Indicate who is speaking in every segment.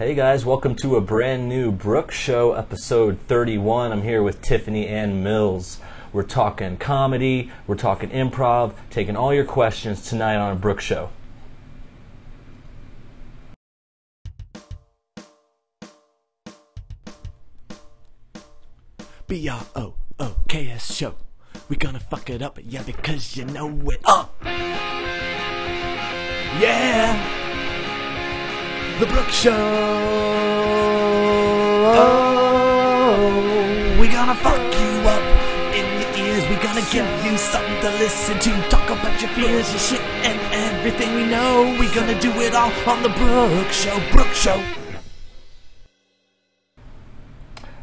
Speaker 1: Hey guys, welcome to a brand new Brooke Show episode 31. I'm here with Tiffany Ann Mills. We're talking comedy, we're talking improv, taking all your questions tonight on a Brooke Show.
Speaker 2: B R O O K S show. We gonna fuck it up, yeah, because you know it up. Yeah, the Brook Show. Oh, we gonna fuck you up in your ears. We gonna give you something to listen to. Talk about your fears, your shit, and everything we know. We gonna do it all on the Brook Show. Brook Show.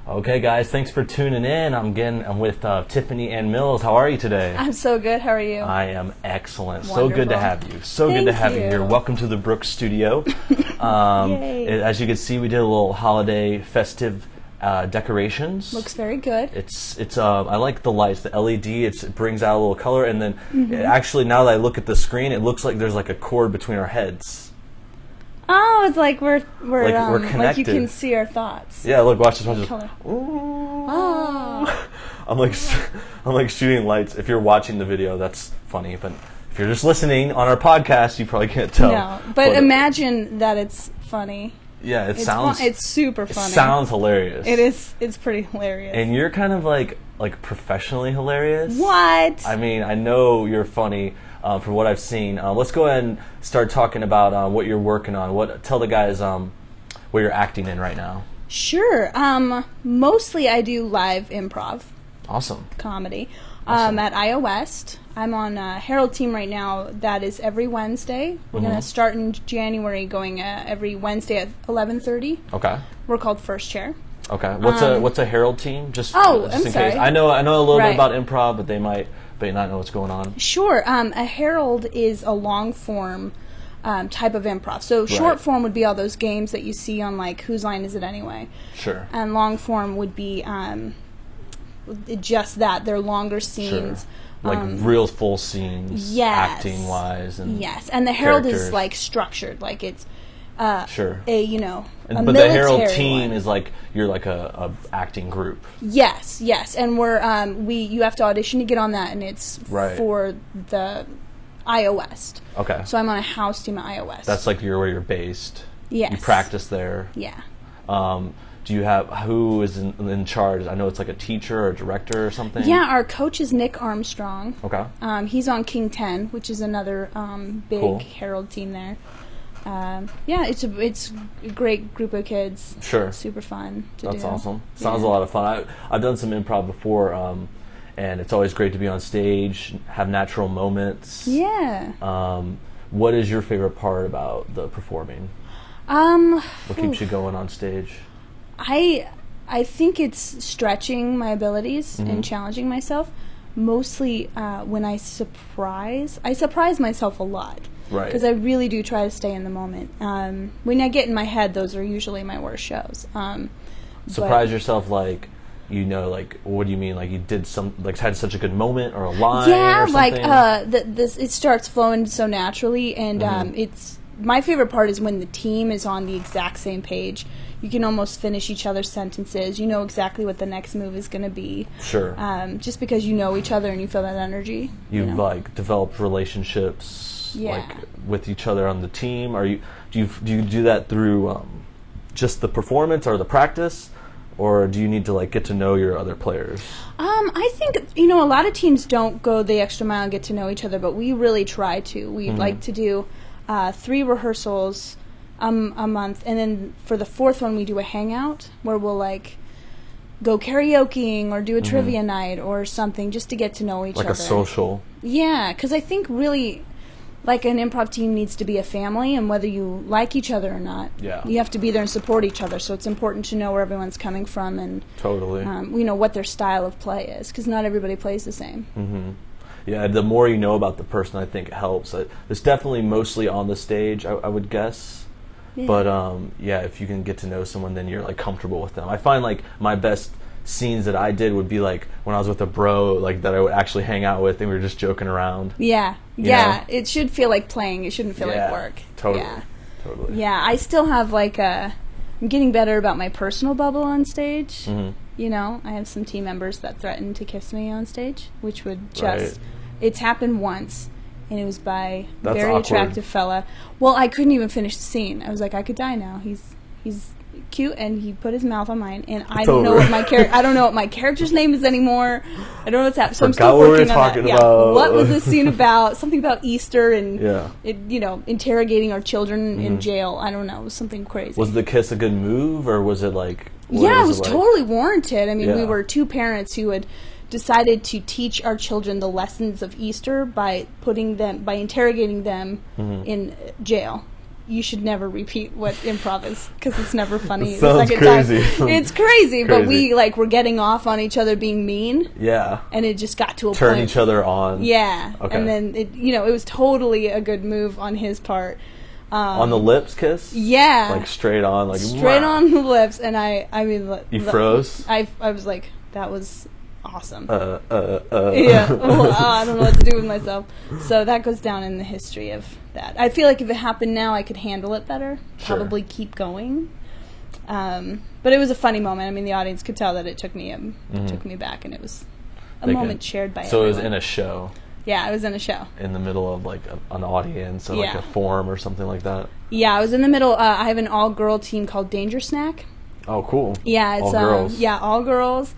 Speaker 1: Okay, guys, thanks for tuning in. I'm getting I'm with uh, Tiffany Ann Mills. How are you today?
Speaker 3: I'm so good. How are you?
Speaker 1: I am excellent. So good to
Speaker 3: Wonderful.
Speaker 1: have you. So good
Speaker 3: Thank
Speaker 1: to have you.
Speaker 3: you.
Speaker 1: here. Welcome to the Brooks Studio. Um,
Speaker 3: Yay.
Speaker 1: it- as you can see, we did a little holiday festive uh, decorations.
Speaker 3: Looks very good.
Speaker 1: It's it's uh, I like the lights, the LED. It's, it brings out a little color, and then
Speaker 3: Mm-hmm.
Speaker 1: it actually now that I look at the screen, it looks like there's like a cord between our heads.
Speaker 3: oh, it's like we're we're
Speaker 1: Like,
Speaker 3: um,
Speaker 1: we're
Speaker 3: like you
Speaker 1: connected.
Speaker 3: can see our thoughts.
Speaker 1: Yeah, look, watch this, watch this.
Speaker 3: Color.
Speaker 1: Ooh.
Speaker 3: Oh.
Speaker 1: I'm like I'm like shooting lights. If you're watching the video, that's funny, but if you're just listening on our podcast, you probably can't tell.
Speaker 3: No, but imagine that it's funny.
Speaker 1: yeah, it
Speaker 3: It's
Speaker 1: sounds
Speaker 3: fun- it's super
Speaker 1: it
Speaker 3: funny.
Speaker 1: sounds hilarious.
Speaker 3: It is. It's pretty hilarious.
Speaker 1: and you're kind of like like professionally hilarious.
Speaker 3: what?
Speaker 1: I mean, I know you're funny uh, from what I've seen. Uh, let's go ahead and start talking about uh, what you're working on. What tell the guys um, what you're acting in right now.
Speaker 3: sure. Um, mostly I do live improv
Speaker 1: Awesome.
Speaker 3: comedy. Um, at IO West, I'm on a Herald team right now. That is every Wednesday. We're
Speaker 1: Mm-hmm.
Speaker 3: gonna start in January, going uh, every Wednesday at 11:30.
Speaker 1: Okay.
Speaker 3: We're called First Chair.
Speaker 1: Okay. What's a what's a Herald team? Just
Speaker 3: Um, Oh,
Speaker 1: just
Speaker 3: I'm
Speaker 1: in
Speaker 3: sorry.
Speaker 1: case. I know I know a little
Speaker 3: Right.
Speaker 1: bit about improv, but they might may not know what's going on.
Speaker 3: Sure. Um, a herald is a long form um, type of improv. So short form would be all those games that you see on like whose line is it anyway,
Speaker 1: Sure.
Speaker 3: and long form would be um, just that. They're longer
Speaker 1: sure.
Speaker 3: scenes.
Speaker 1: Like real full scenes.
Speaker 3: um, yes.
Speaker 1: Acting wise and
Speaker 3: Yes, and the herald
Speaker 1: Characters.
Speaker 3: is like structured. Like it's
Speaker 1: sure.
Speaker 3: a you know a
Speaker 1: but the Herald
Speaker 3: military
Speaker 1: team
Speaker 3: one.
Speaker 1: is like you're like a, a acting group.
Speaker 3: Yes, yes, and we're um, we you have to audition to get on that, and it's
Speaker 1: Right.
Speaker 3: for the iOS.
Speaker 1: Okay.
Speaker 3: So I'm on a house team at iOS.
Speaker 1: That's like you're where you're based.
Speaker 3: yes.
Speaker 1: You practice there.
Speaker 3: Yeah.
Speaker 1: Um, do you have who is in, in charge? I know it's like a teacher or director or something.
Speaker 3: Yeah, our coach is Nick Armstrong.
Speaker 1: Okay.
Speaker 3: Um, he's on King Ten, which is another um, big
Speaker 1: Cool.
Speaker 3: Herald team there. Um, yeah, it's a it's a great group of kids.
Speaker 1: Sure.
Speaker 3: Super fun to do.
Speaker 1: That's awesome. Sounds
Speaker 3: Yeah.
Speaker 1: a lot of fun. I, I've done some improv before, um, and it's always great to be on stage, have natural moments.
Speaker 3: Yeah.
Speaker 1: Um, what is your favorite part about the performing?
Speaker 3: Um,
Speaker 1: What keeps you going on stage?
Speaker 3: I I think it's stretching my abilities
Speaker 1: Mm-hmm.
Speaker 3: and challenging myself. Mostly uh, when I surprise, I surprise myself a lot.
Speaker 1: Right.
Speaker 3: Because I really do try to stay in the moment. Um, when I get in my head, those are usually my worst shows. Um,
Speaker 1: Surprise yourself, like you know, like what do you mean? Like you did some, like had such a good moment or a line?
Speaker 3: yeah
Speaker 1: or
Speaker 3: like
Speaker 1: something?
Speaker 3: uh the, this it starts flowing so naturally and
Speaker 1: Mm-hmm.
Speaker 3: um it's my favorite part is when the team is on the exact same page you can almost finish each other's sentences you know exactly what the next move is going to be
Speaker 1: Sure.
Speaker 3: um, just because you know each other and you feel that energy
Speaker 1: you've
Speaker 3: know?
Speaker 1: like developed relationships
Speaker 3: Yeah.
Speaker 1: like with each other on the team are you do you do you do that through um, just the performance or the practice or do you need to like get to know your other players
Speaker 3: Um, I think you know a lot of teams don't go the extra mile and get to know each other, but we really try to. We
Speaker 1: Mm-hmm.
Speaker 3: like to do uh, three rehearsals um, a month, and then for the fourth one, we do a hangout where we'll like go karaokeing or do a trivia night or something just to get to know each
Speaker 1: Mm-hmm. like
Speaker 3: other.
Speaker 1: a social
Speaker 3: Yeah, because I think really, like an improv team needs to be a family, and whether you like each other or not,
Speaker 1: Yeah.
Speaker 3: you have to be there and support each other. So it's important to know where everyone's coming from and
Speaker 1: totally
Speaker 3: um, you know what their style of play is because not everybody plays the same
Speaker 1: Hmm. yeah the more you know about the person i think it helps Uh, it's definitely mostly on the stage i, I would guess but um, yeah if you can get to know someone then you're like comfortable with them i find like my best scenes that i did would be like when i was with a bro like that i would actually hang out with and we were just joking around
Speaker 3: yeah
Speaker 1: Yeah.
Speaker 3: yeah it should feel like playing it shouldn't feel
Speaker 1: Yeah,
Speaker 3: like work
Speaker 1: Totally.
Speaker 3: yeah
Speaker 1: Totally.
Speaker 3: yeah i still have like a I'm getting better about my personal bubble on stage.
Speaker 1: hmm
Speaker 3: You know, I have some team members that threaten to kiss me on stage, which would
Speaker 1: Right.
Speaker 3: just it's happened once and it was by a
Speaker 1: That's
Speaker 3: very
Speaker 1: awkward.
Speaker 3: attractive fella. Well, I couldn't even finish the scene. I was like, I could die now. He's he's cute and he put his mouth on mine and I
Speaker 1: It's
Speaker 3: don't know
Speaker 1: over.
Speaker 3: what my character I don't know what my character's name is anymore. I don't know what's happening. So I'm
Speaker 1: Forgot
Speaker 3: still
Speaker 1: what we were
Speaker 3: working on
Speaker 1: talking
Speaker 3: that. Yeah.
Speaker 1: about.
Speaker 3: What was this scene about? Something about Easter and
Speaker 1: Yeah. Mm-hmm.
Speaker 3: it, you know, interrogating our children in jail. I don't know, it was something crazy.
Speaker 1: Was the kiss a good move, or was it like? what
Speaker 3: Yeah, it was
Speaker 1: like?
Speaker 3: totally warranted. I mean, we
Speaker 1: Yeah.
Speaker 3: were two parents who had decided to teach our children the lessons of Easter by putting them by interrogating them
Speaker 1: Mm-hmm.
Speaker 3: in jail. You should never repeat what improv is because it's never funny.
Speaker 1: It
Speaker 3: the
Speaker 1: sounds
Speaker 3: second Time.
Speaker 1: crazy.
Speaker 3: It's crazy, but
Speaker 1: Crazy.
Speaker 3: we like were getting off on each other being mean,
Speaker 1: Yeah.
Speaker 3: and it just got to a
Speaker 1: Turn
Speaker 3: point.
Speaker 1: each other on.
Speaker 3: Yeah,
Speaker 1: Okay.
Speaker 3: and then it you know it was totally a good move on his part. Um,
Speaker 1: On the lips, kiss.
Speaker 3: yeah,
Speaker 1: Like straight on, like
Speaker 3: straight
Speaker 1: wow.
Speaker 3: on the lips, and I, I mean, li-
Speaker 1: You
Speaker 3: li-
Speaker 1: froze.
Speaker 3: I, I was like, that was awesome.
Speaker 1: uh, uh, uh.
Speaker 3: yeah, well, uh, I don't know what to do with myself. So that goes down in the history of that. I feel like if it happened now, I could handle it better.
Speaker 1: Sure.
Speaker 3: Probably keep going. Um, but it was a funny moment. I mean, the audience could tell that it took me, um, it took me back, and it was a
Speaker 1: Mm-hmm. They could-
Speaker 3: moment shared by.
Speaker 1: So it was
Speaker 3: everyone.
Speaker 1: in a show,
Speaker 3: yeah, I was in a show.
Speaker 1: in the middle of like a, an audience, or like
Speaker 3: Yeah.
Speaker 1: a forum or something like that.
Speaker 3: Yeah, I was in the middle. Uh, I have an all-girl team called Danger Snack.
Speaker 1: Oh, cool.
Speaker 3: Yeah, it's
Speaker 1: All
Speaker 3: um,
Speaker 1: girls.
Speaker 3: yeah, all girls.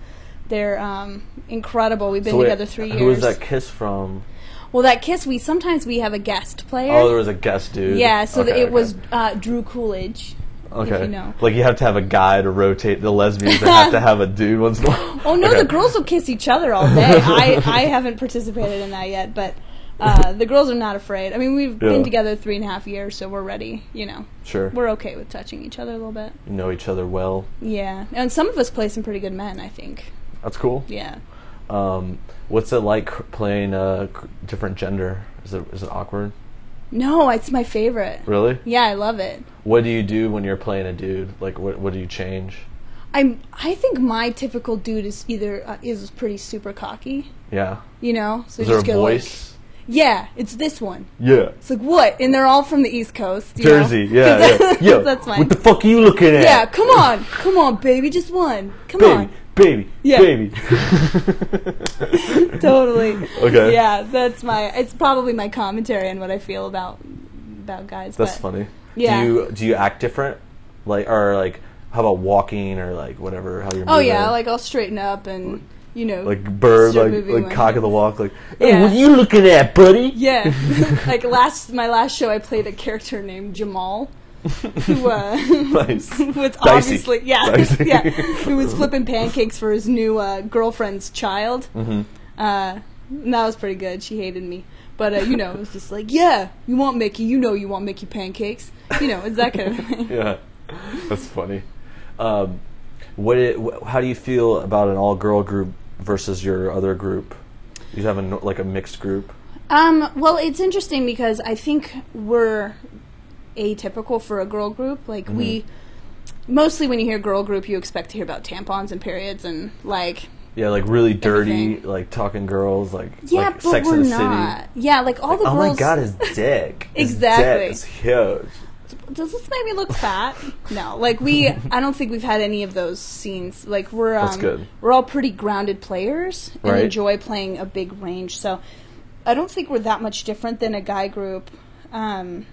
Speaker 3: They're um, incredible. We've been
Speaker 1: So wait,
Speaker 3: together three years.
Speaker 1: Who was that kiss from?
Speaker 3: Well, that kiss. We sometimes we have a guest player.
Speaker 1: Oh, there was a guest dude.
Speaker 3: yeah, so
Speaker 1: Okay,
Speaker 3: that it
Speaker 1: okay.
Speaker 3: was uh, Drew Coolidge.
Speaker 1: Okay.
Speaker 3: If you know.
Speaker 1: Like you have to have a guy to rotate the lesbians. They have to have a dude once in a while.
Speaker 3: Oh no,
Speaker 1: Okay.
Speaker 3: the girls will kiss each other all day. I I haven't participated in that yet, but. Uh, the girls are not afraid. I mean, we've
Speaker 1: Yeah.
Speaker 3: been together three and a half years, so we're ready. You know,
Speaker 1: Sure.
Speaker 3: we're okay with touching each other a little bit.
Speaker 1: You know each other well.
Speaker 3: Yeah, and some of us play some pretty good men, I think.
Speaker 1: That's cool.
Speaker 3: Yeah.
Speaker 1: Um, what's it like cr- playing a cr- different gender? Is it is it awkward?
Speaker 3: No, it's my favorite.
Speaker 1: Really?
Speaker 3: Yeah, I love it.
Speaker 1: What do you do when you're playing a dude? Like what what do you change?
Speaker 3: I'm. I think my typical dude is either uh, is pretty super cocky,
Speaker 1: Yeah.
Speaker 3: you know. So
Speaker 1: Is
Speaker 3: you
Speaker 1: there a
Speaker 3: just go like,
Speaker 1: voice?
Speaker 3: yeah, it's this one.
Speaker 1: yeah.
Speaker 3: It's like what? And they're all from the East Coast. You know?
Speaker 1: Jersey. Yeah. yeah. Yo,
Speaker 3: that's mine.
Speaker 1: What the fuck are you looking at?
Speaker 3: Yeah, come on, come on, baby, just one. Come
Speaker 1: Baby. Baby.
Speaker 3: Yeah.
Speaker 1: Baby.
Speaker 3: on, totally.
Speaker 1: Okay.
Speaker 3: Yeah, that's my. It's probably my commentary on what I feel about about guys.
Speaker 1: That's
Speaker 3: but
Speaker 1: funny.
Speaker 3: Yeah.
Speaker 1: Do you do you act different? Like or like how about walking or like whatever how you're
Speaker 3: Oh
Speaker 1: moving?
Speaker 3: yeah, like I'll straighten up and you know
Speaker 1: like bird
Speaker 3: start
Speaker 1: like
Speaker 3: moving
Speaker 1: like
Speaker 3: my
Speaker 1: cock
Speaker 3: head.
Speaker 1: of the walk like hey,
Speaker 3: Yeah.
Speaker 1: what are you looking at buddy
Speaker 3: Yeah, like last my last show, I played a character named Jamal, who uh,
Speaker 1: Nice.
Speaker 3: was
Speaker 1: Dicey.
Speaker 3: obviously yeah
Speaker 1: Dicey.
Speaker 3: yeah who was flipping pancakes for his new uh, girlfriend's child. Mm-hmm. Uh, and that was pretty good. She hated me, but uh, you know it was just like yeah, you want Mickey, you know you want Mickey pancakes, you know it's that kind of thing.
Speaker 1: yeah that's funny um, what it, wh- how do you feel about an all girl group versus your other group you have a no- like a mixed group
Speaker 3: Um, well, it's interesting because I think we're atypical for a girl group. Like
Speaker 1: Mm-hmm.
Speaker 3: we mostly when you hear girl group, you expect to hear about tampons and periods and like
Speaker 1: yeah like really dirty
Speaker 3: Everything.
Speaker 1: like talking girls like
Speaker 3: yeah,
Speaker 1: like
Speaker 3: but
Speaker 1: sex
Speaker 3: we're
Speaker 1: in the
Speaker 3: not.
Speaker 1: city
Speaker 3: Yeah, like all the
Speaker 1: oh
Speaker 3: girls.
Speaker 1: my god his dick His
Speaker 3: Exactly.
Speaker 1: dick is huge
Speaker 3: Does this make me look fat? no, like we. I don't think we've had any of those scenes. Like we're um,
Speaker 1: That's good.
Speaker 3: we're all pretty grounded players and
Speaker 1: Right.
Speaker 3: enjoy playing a big range. So I don't think we're that much different than a guy group. Um,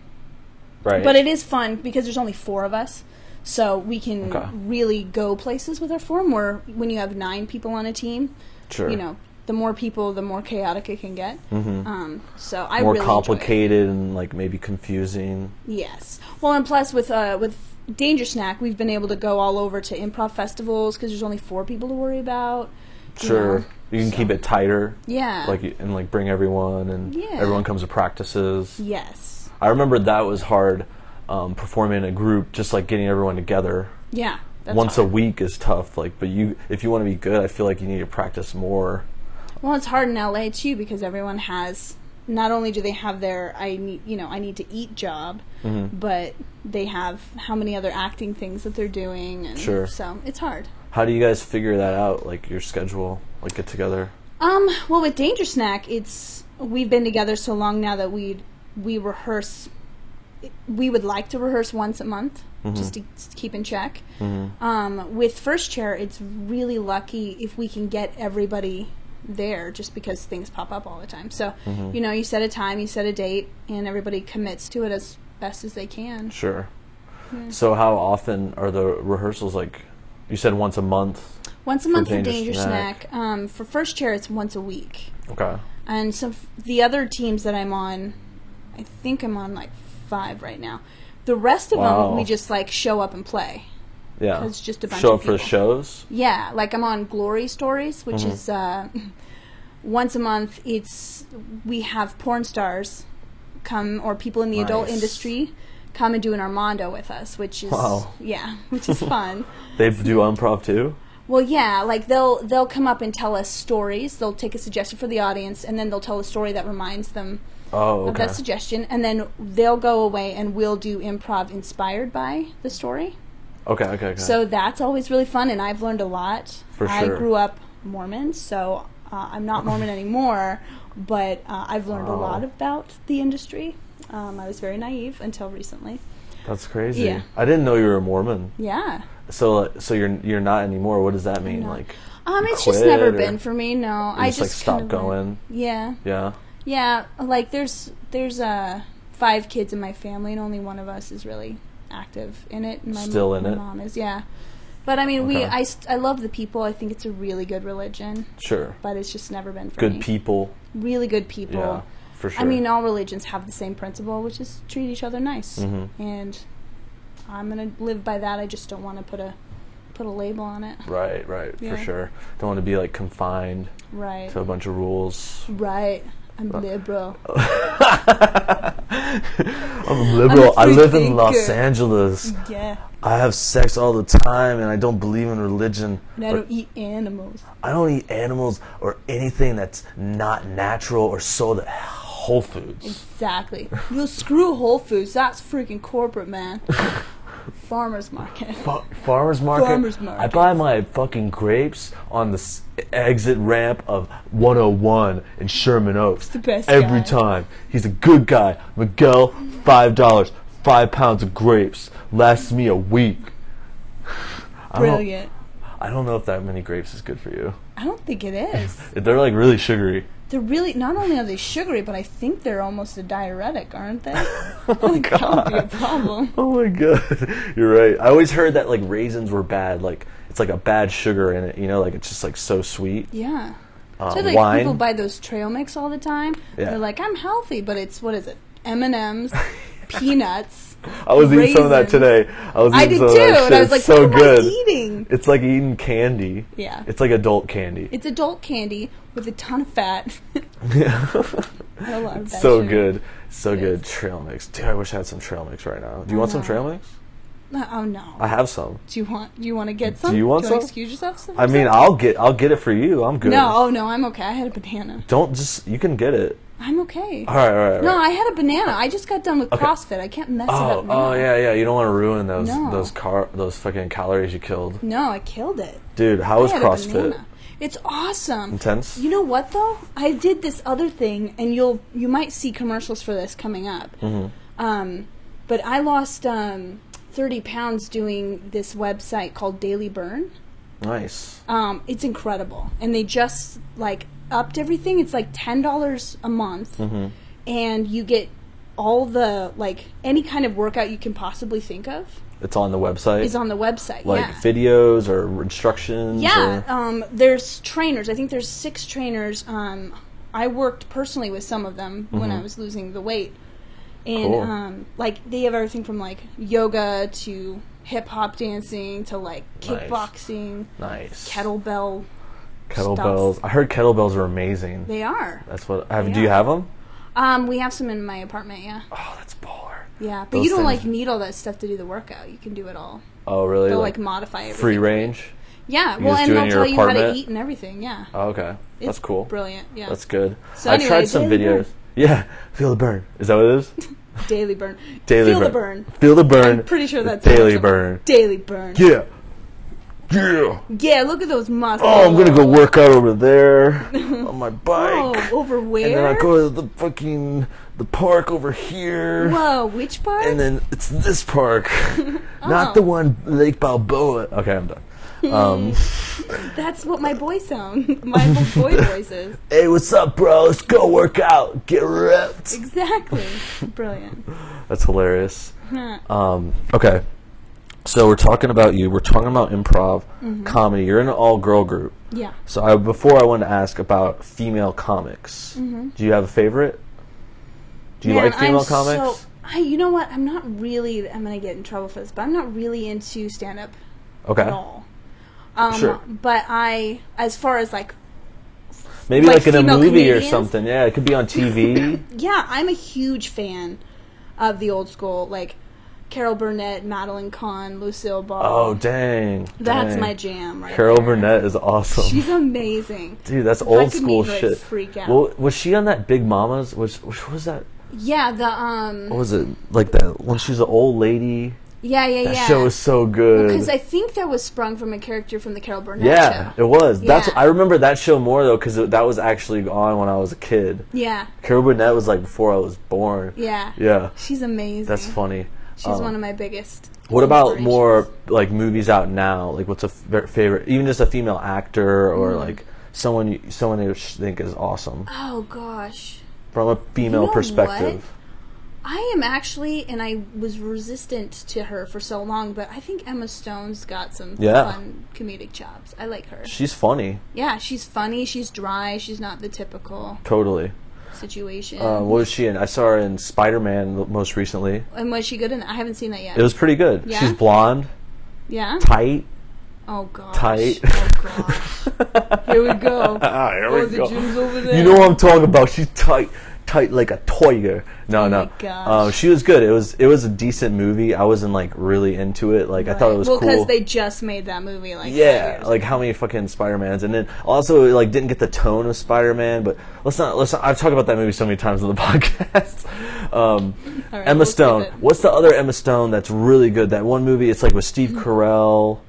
Speaker 1: right
Speaker 3: But it is fun because there's only four of us, so we can
Speaker 1: Okay.
Speaker 3: really go places with our form. Where when you have nine people on a team,
Speaker 1: sure Mm-hmm.
Speaker 3: you know, the more people, the more chaotic it can get. Um, so I
Speaker 1: more
Speaker 3: really enjoy it.
Speaker 1: complicated and like maybe confusing
Speaker 3: Yes. Well, and plus with uh, with Danger Snack, we've been able to go all over to improv festivals because there's only four people to worry about. you
Speaker 1: sure
Speaker 3: know.
Speaker 1: you can keep it tighter
Speaker 3: Yeah.
Speaker 1: like you- and like bring everyone and
Speaker 3: Yeah.
Speaker 1: everyone comes to practices
Speaker 3: yes.
Speaker 1: i remember that was hard um, performing in a group just like getting everyone together
Speaker 3: Yeah. That's
Speaker 1: once
Speaker 3: hard.
Speaker 1: a week is tough like but you if you want to be good i feel like you need to practice more
Speaker 3: Well, it's hard in LA too because everyone has not only do they have their I need you know I need to eat job, but they have how many other acting things that they're doing. And
Speaker 1: Sure.
Speaker 3: So it's hard.
Speaker 1: how do you guys figure that out like your schedule like get together
Speaker 3: Um. Well, with Danger Snack, it's we've been together so long now that we we rehearse we would like to rehearse once a month just to s- keep in check.
Speaker 1: Mm-hmm.
Speaker 3: Um, with first chair, it's really lucky if we can get everybody there just because things pop up all the time. So, you know, you set a time, you set a date, and everybody commits to it as best as they can.
Speaker 1: Sure.
Speaker 3: Hmm.
Speaker 1: So how often are the rehearsals? Like you said, once a month.
Speaker 3: Once a month for
Speaker 1: Danger
Speaker 3: Danger
Speaker 1: Snack.
Speaker 3: Snack. Um, for first chair, it's once a week.
Speaker 1: Okay.
Speaker 3: And some f- the other teams that I'm on, I think I'm on like five right now. The rest of
Speaker 1: Wow.
Speaker 3: them, we just like show up and play.
Speaker 1: Yeah.
Speaker 3: It's just a bunch
Speaker 1: Show
Speaker 3: of
Speaker 1: up for the
Speaker 3: people.
Speaker 1: shows.
Speaker 3: Yeah, like I'm on Glory Stories,
Speaker 1: Mm-hmm.
Speaker 3: which is uh, once a month. It's we have porn stars come or people in the adult
Speaker 1: Nice.
Speaker 3: industry come and do an Armando with us, which is
Speaker 1: Wow.
Speaker 3: yeah, which is fun.
Speaker 1: They do improv too.
Speaker 3: Well, yeah, like they'll they'll come up and tell us stories. They'll take a suggestion for the audience, and then they'll tell a story that reminds them
Speaker 1: Oh,
Speaker 3: of
Speaker 1: okay.
Speaker 3: that suggestion, and then they'll go away and we'll do improv inspired by the story.
Speaker 1: Okay, okay, okay.
Speaker 3: So that's always really fun, and I've learned a lot.
Speaker 1: For
Speaker 3: I
Speaker 1: sure.
Speaker 3: grew up Mormon, so uh, I'm not Mormon anymore, but uh, I've learned
Speaker 1: Wow.
Speaker 3: a lot about the industry. Um, I was very naive until recently.
Speaker 1: That's crazy.
Speaker 3: Yeah.
Speaker 1: I didn't know you were a Mormon.
Speaker 3: Yeah.
Speaker 1: So, like, so you're you're not anymore. What does that mean? Like,
Speaker 3: Um,
Speaker 1: You
Speaker 3: it's just
Speaker 1: quit,
Speaker 3: never
Speaker 1: or-
Speaker 3: been for me. No, I
Speaker 1: just,
Speaker 3: just
Speaker 1: like stop
Speaker 3: kinda, like-
Speaker 1: going.
Speaker 3: Yeah,
Speaker 1: Yeah.
Speaker 3: yeah. Like there's there's uh five kids in my family, and only one of us is really active in it. And my
Speaker 1: Still
Speaker 3: mo-
Speaker 1: in
Speaker 3: my
Speaker 1: it?
Speaker 3: Mom is yeah. But I mean, we
Speaker 1: Okay.
Speaker 3: I, st- I love the people. I think it's a really good religion,
Speaker 1: Sure.
Speaker 3: but it's just never been for me.
Speaker 1: Good people.
Speaker 3: really good people.
Speaker 1: Yeah. For sure. Mm-hmm.
Speaker 3: I mean, uh, all religions have the same principle, which is treat each other nice, and I'm gonna live by that. I just don't want to put a put a label on it,
Speaker 1: right, right.
Speaker 3: Yeah.
Speaker 1: For sure. Don't want to be like confined
Speaker 3: right?
Speaker 1: to a bunch of rules.
Speaker 3: right. I'm liberal.
Speaker 1: I'm liberal. I
Speaker 3: free
Speaker 1: live in Los
Speaker 3: thinker.
Speaker 1: Angeles.
Speaker 3: Yeah,
Speaker 1: I have sex all the time, and I don't believe in religion.
Speaker 3: and I don't eat animals.
Speaker 1: I don't eat animals or anything that's not natural or sold at Whole Foods.
Speaker 3: Exactly. You'll screw Whole Foods. That's freaking corporate, man. Farmers market.
Speaker 1: Fa- farmers market.
Speaker 3: Farmers market.
Speaker 1: I buy my fucking grapes on the s- exit ramp of 101 in Sherman Oaks.
Speaker 3: the best
Speaker 1: Every
Speaker 3: guy.
Speaker 1: time. He's a good guy. Miguel, five dollars, five pounds of grapes. Lasts me a week. I don't-
Speaker 3: Brilliant.
Speaker 1: I don't know if that many grapes is good for you.
Speaker 3: I don't think it is.
Speaker 1: They're like really sugary.
Speaker 3: They're really not only are they sugary, but I think they're almost a diuretic, aren't they?
Speaker 1: Oh
Speaker 3: That would be a problem.
Speaker 1: Oh my god, you're right. I always heard that like raisins were bad. Like it's like a bad sugar in it. You know, like it's just like so sweet.
Speaker 3: Yeah.
Speaker 1: Uh,
Speaker 3: so like
Speaker 1: wine.
Speaker 3: people buy those trail mix all the time.
Speaker 1: Yeah.
Speaker 3: They're like, I'm healthy, but it's what is it? M and M's, peanuts.
Speaker 1: I was eating some of that
Speaker 3: raisins.
Speaker 1: today. I was eating
Speaker 3: I did too,
Speaker 1: some of that shit.
Speaker 3: and I
Speaker 1: It's
Speaker 3: was like,
Speaker 1: so
Speaker 3: what
Speaker 1: good.
Speaker 3: am I eating?
Speaker 1: It's like eating candy.
Speaker 3: Yeah.
Speaker 1: It's like adult candy.
Speaker 3: It's adult candy with a ton of fat. I love that
Speaker 1: so
Speaker 3: shit.
Speaker 1: good, so good. Trail mix, dude. I wish I had some trail mix right now. Do you want some trail mix?
Speaker 3: Uh, Oh no.
Speaker 1: I have some.
Speaker 3: do you want? Do you want to get some?
Speaker 1: you want
Speaker 3: do you wanna
Speaker 1: some?
Speaker 3: Excuse yourself. Some
Speaker 1: I mean, I'll get, I'll get it for you. I'm good.
Speaker 3: No, oh no, I'm okay. I had a banana.
Speaker 1: Don't just. You can get it.
Speaker 3: I'm okay.
Speaker 1: All right, all right. all
Speaker 3: No,
Speaker 1: right.
Speaker 3: I had a banana. I just got done with CrossFit. I can't mess it
Speaker 1: Oh,
Speaker 3: up. Now.
Speaker 1: oh yeah, yeah. You don't want to ruin those
Speaker 3: No.
Speaker 1: those car those fucking calories you killed,
Speaker 3: No, I killed it.
Speaker 1: dude. How was
Speaker 3: I had a
Speaker 1: CrossFit?
Speaker 3: banana. It's awesome.
Speaker 1: Intense?
Speaker 3: You know what though? I did this other thing, and you'll you might see commercials for this coming up. Um, but I lost um, thirty pounds doing this website called Daily Burn.
Speaker 1: Nice.
Speaker 3: Um, it's incredible, and they just like upped everything. It's like ten dollars a month,
Speaker 1: Mm-hmm.
Speaker 3: and you get all the like any kind of workout you can possibly think of
Speaker 1: It's on the website.
Speaker 3: is on the website.
Speaker 1: like
Speaker 3: yeah.
Speaker 1: videos or instructions.
Speaker 3: Yeah,
Speaker 1: or-
Speaker 3: um, there's trainers. I think there's six trainers. Um, I worked personally with some of them when I was losing the weight,
Speaker 1: Mm-hmm.
Speaker 3: and
Speaker 1: Cool.
Speaker 3: um, like they have everything from like yoga to hip hop dancing to like
Speaker 1: Nice.
Speaker 3: kickboxing,
Speaker 1: nice.
Speaker 3: kettlebell.
Speaker 1: kettlebells. I heard kettlebells are amazing.
Speaker 3: They are.
Speaker 1: That's what. Have, Do
Speaker 3: Yeah.
Speaker 1: you have them?
Speaker 3: Um, we have some in my apartment. Yeah,
Speaker 1: Oh, that's baller.
Speaker 3: yeah. But
Speaker 1: Those
Speaker 3: you don't
Speaker 1: things-
Speaker 3: like need all that stuff to do the workout. You can do it all.
Speaker 1: Oh, really?
Speaker 3: They'll like, modify everything.
Speaker 1: free range.
Speaker 3: Yeah. Well,
Speaker 1: just do
Speaker 3: and
Speaker 1: it
Speaker 3: they'll
Speaker 1: in
Speaker 3: tell
Speaker 1: your
Speaker 3: you how to
Speaker 1: apartment?
Speaker 3: eat and everything. Yeah.
Speaker 1: Oh, okay, that's
Speaker 3: It's
Speaker 1: cool.
Speaker 3: Brilliant. Yeah.
Speaker 1: That's good.
Speaker 3: So
Speaker 1: I've
Speaker 3: anyway,
Speaker 1: tried some
Speaker 3: daily burn.
Speaker 1: videos. Yeah, feel the burn. Is that what it is?
Speaker 3: Daily burn.
Speaker 1: Daily
Speaker 3: Feel
Speaker 1: burn.
Speaker 3: the burn.
Speaker 1: Feel the burn.
Speaker 3: I'm pretty sure that's
Speaker 1: daily burn.
Speaker 3: Daily burn. Yeah.
Speaker 1: Yeah. Yeah.
Speaker 3: look at those muscles.
Speaker 1: Oh, I'm gonna go work out over there on my bike.
Speaker 3: Oh, over
Speaker 1: And then I
Speaker 3: where?
Speaker 1: go to the fucking the park over here.
Speaker 3: Whoa, which part?
Speaker 1: And then it's this park, not
Speaker 3: Oh.
Speaker 1: the one Lake Balboa. Okay, I'm done. Um,
Speaker 3: That's what my boy sound, my bo- boy voice is.
Speaker 1: hey, what's up, bro? Let's go work out. Get ripped.
Speaker 3: Exactly. Brilliant.
Speaker 1: That's hilarious.
Speaker 3: Huh.
Speaker 1: Um, okay, so we're talking about you. We're talking about improv,
Speaker 3: Mm-hmm.
Speaker 1: comedy. You're in an all-girl group.
Speaker 3: Yeah.
Speaker 1: So I, before I want to ask about female comics. Do you have a favorite? Do you
Speaker 3: Man,
Speaker 1: like female
Speaker 3: Mm-hmm. I'm
Speaker 1: comics?
Speaker 3: So, I, you know what? I'm not really. I'm gonna get in trouble for this, but I'm not really into stand up
Speaker 1: okay.
Speaker 3: at all. Um,
Speaker 1: Sure.
Speaker 3: But I, as far as like,
Speaker 1: Maybe
Speaker 3: Like
Speaker 1: like, in a
Speaker 3: female
Speaker 1: movie
Speaker 3: comedians?
Speaker 1: or something. Yeah, it could be on TV.
Speaker 3: yeah, I'm a huge fan of the old school, like Carol Burnett, Madeline Kahn, Lucille Ball.
Speaker 1: oh dang.
Speaker 3: that's
Speaker 1: dang.
Speaker 3: my jam, right?
Speaker 1: Carol
Speaker 3: there.
Speaker 1: Burnett is awesome.
Speaker 3: She's amazing.
Speaker 1: Dude, that's
Speaker 3: If I
Speaker 1: old
Speaker 3: could
Speaker 1: school
Speaker 3: meet her, I'd
Speaker 1: shit.
Speaker 3: freak out.
Speaker 1: Well, was she on that Big Mama's? Which, which was that?
Speaker 3: Yeah, the um.
Speaker 1: What was it like Oh, that when she was an old lady?
Speaker 3: yeah, yeah,
Speaker 1: That
Speaker 3: yeah.
Speaker 1: show was so good.
Speaker 3: because I think that was sprung from a character from the Carol Burnett
Speaker 1: yeah,
Speaker 3: show.
Speaker 1: it was. That's
Speaker 3: Yeah.
Speaker 1: I remember that show more though because that was actually on when I was a kid.
Speaker 3: Yeah,
Speaker 1: Carol Burnett was like before I was born.
Speaker 3: yeah,
Speaker 1: Yeah,
Speaker 3: She's amazing.
Speaker 1: that's funny.
Speaker 3: She's
Speaker 1: Um,
Speaker 3: one of my biggest.
Speaker 1: What about
Speaker 3: inspirations.
Speaker 1: more like movies out now? Like, what's a f- favorite? Even just a female actor or
Speaker 3: Mm.
Speaker 1: like someone you, someone you sh- think is awesome
Speaker 3: Oh gosh,
Speaker 1: from a female
Speaker 3: You know
Speaker 1: perspective.
Speaker 3: I am actually, and I was resistant to her for so long, but I think Emma Stone's got some
Speaker 1: Yeah.
Speaker 3: fun comedic chops. I like her.
Speaker 1: She's funny,
Speaker 3: Yeah, she's funny. She's dry. She's not the typical
Speaker 1: totally.
Speaker 3: situation.
Speaker 1: Uh, what was she in? I saw her in Spider Man most recently.
Speaker 3: and was she good in? I haven't seen that yet.
Speaker 1: It was pretty good.
Speaker 3: Yeah?
Speaker 1: She's blonde,
Speaker 3: yeah.
Speaker 1: tight.
Speaker 3: Oh gosh.
Speaker 1: Tight.
Speaker 3: Oh gosh. Here we go.
Speaker 1: Ah, here
Speaker 3: oh, the gym's over there.
Speaker 1: You know what I'm talking about. She's tight, tight like a tiger. No,
Speaker 3: Oh
Speaker 1: no.
Speaker 3: my gosh.
Speaker 1: Um, she was good. It was it was a decent movie. I wasn't like really into it. Like I thought it was
Speaker 3: well,
Speaker 1: cool.
Speaker 3: they just made that movie like five
Speaker 1: yeah,
Speaker 3: years
Speaker 1: like how many fucking Spider Mans, and then also it, like didn't get the tone of Spider Man. But let's not let's not, I've talked about that movie so many times on the podcast. Um,
Speaker 3: All right,
Speaker 1: Emma
Speaker 3: we'll skip
Speaker 1: Stone.
Speaker 3: it.
Speaker 1: What's the other Emma Stone that's really good? That one movie. It's like with Steve Carell.
Speaker 3: Mm-hmm.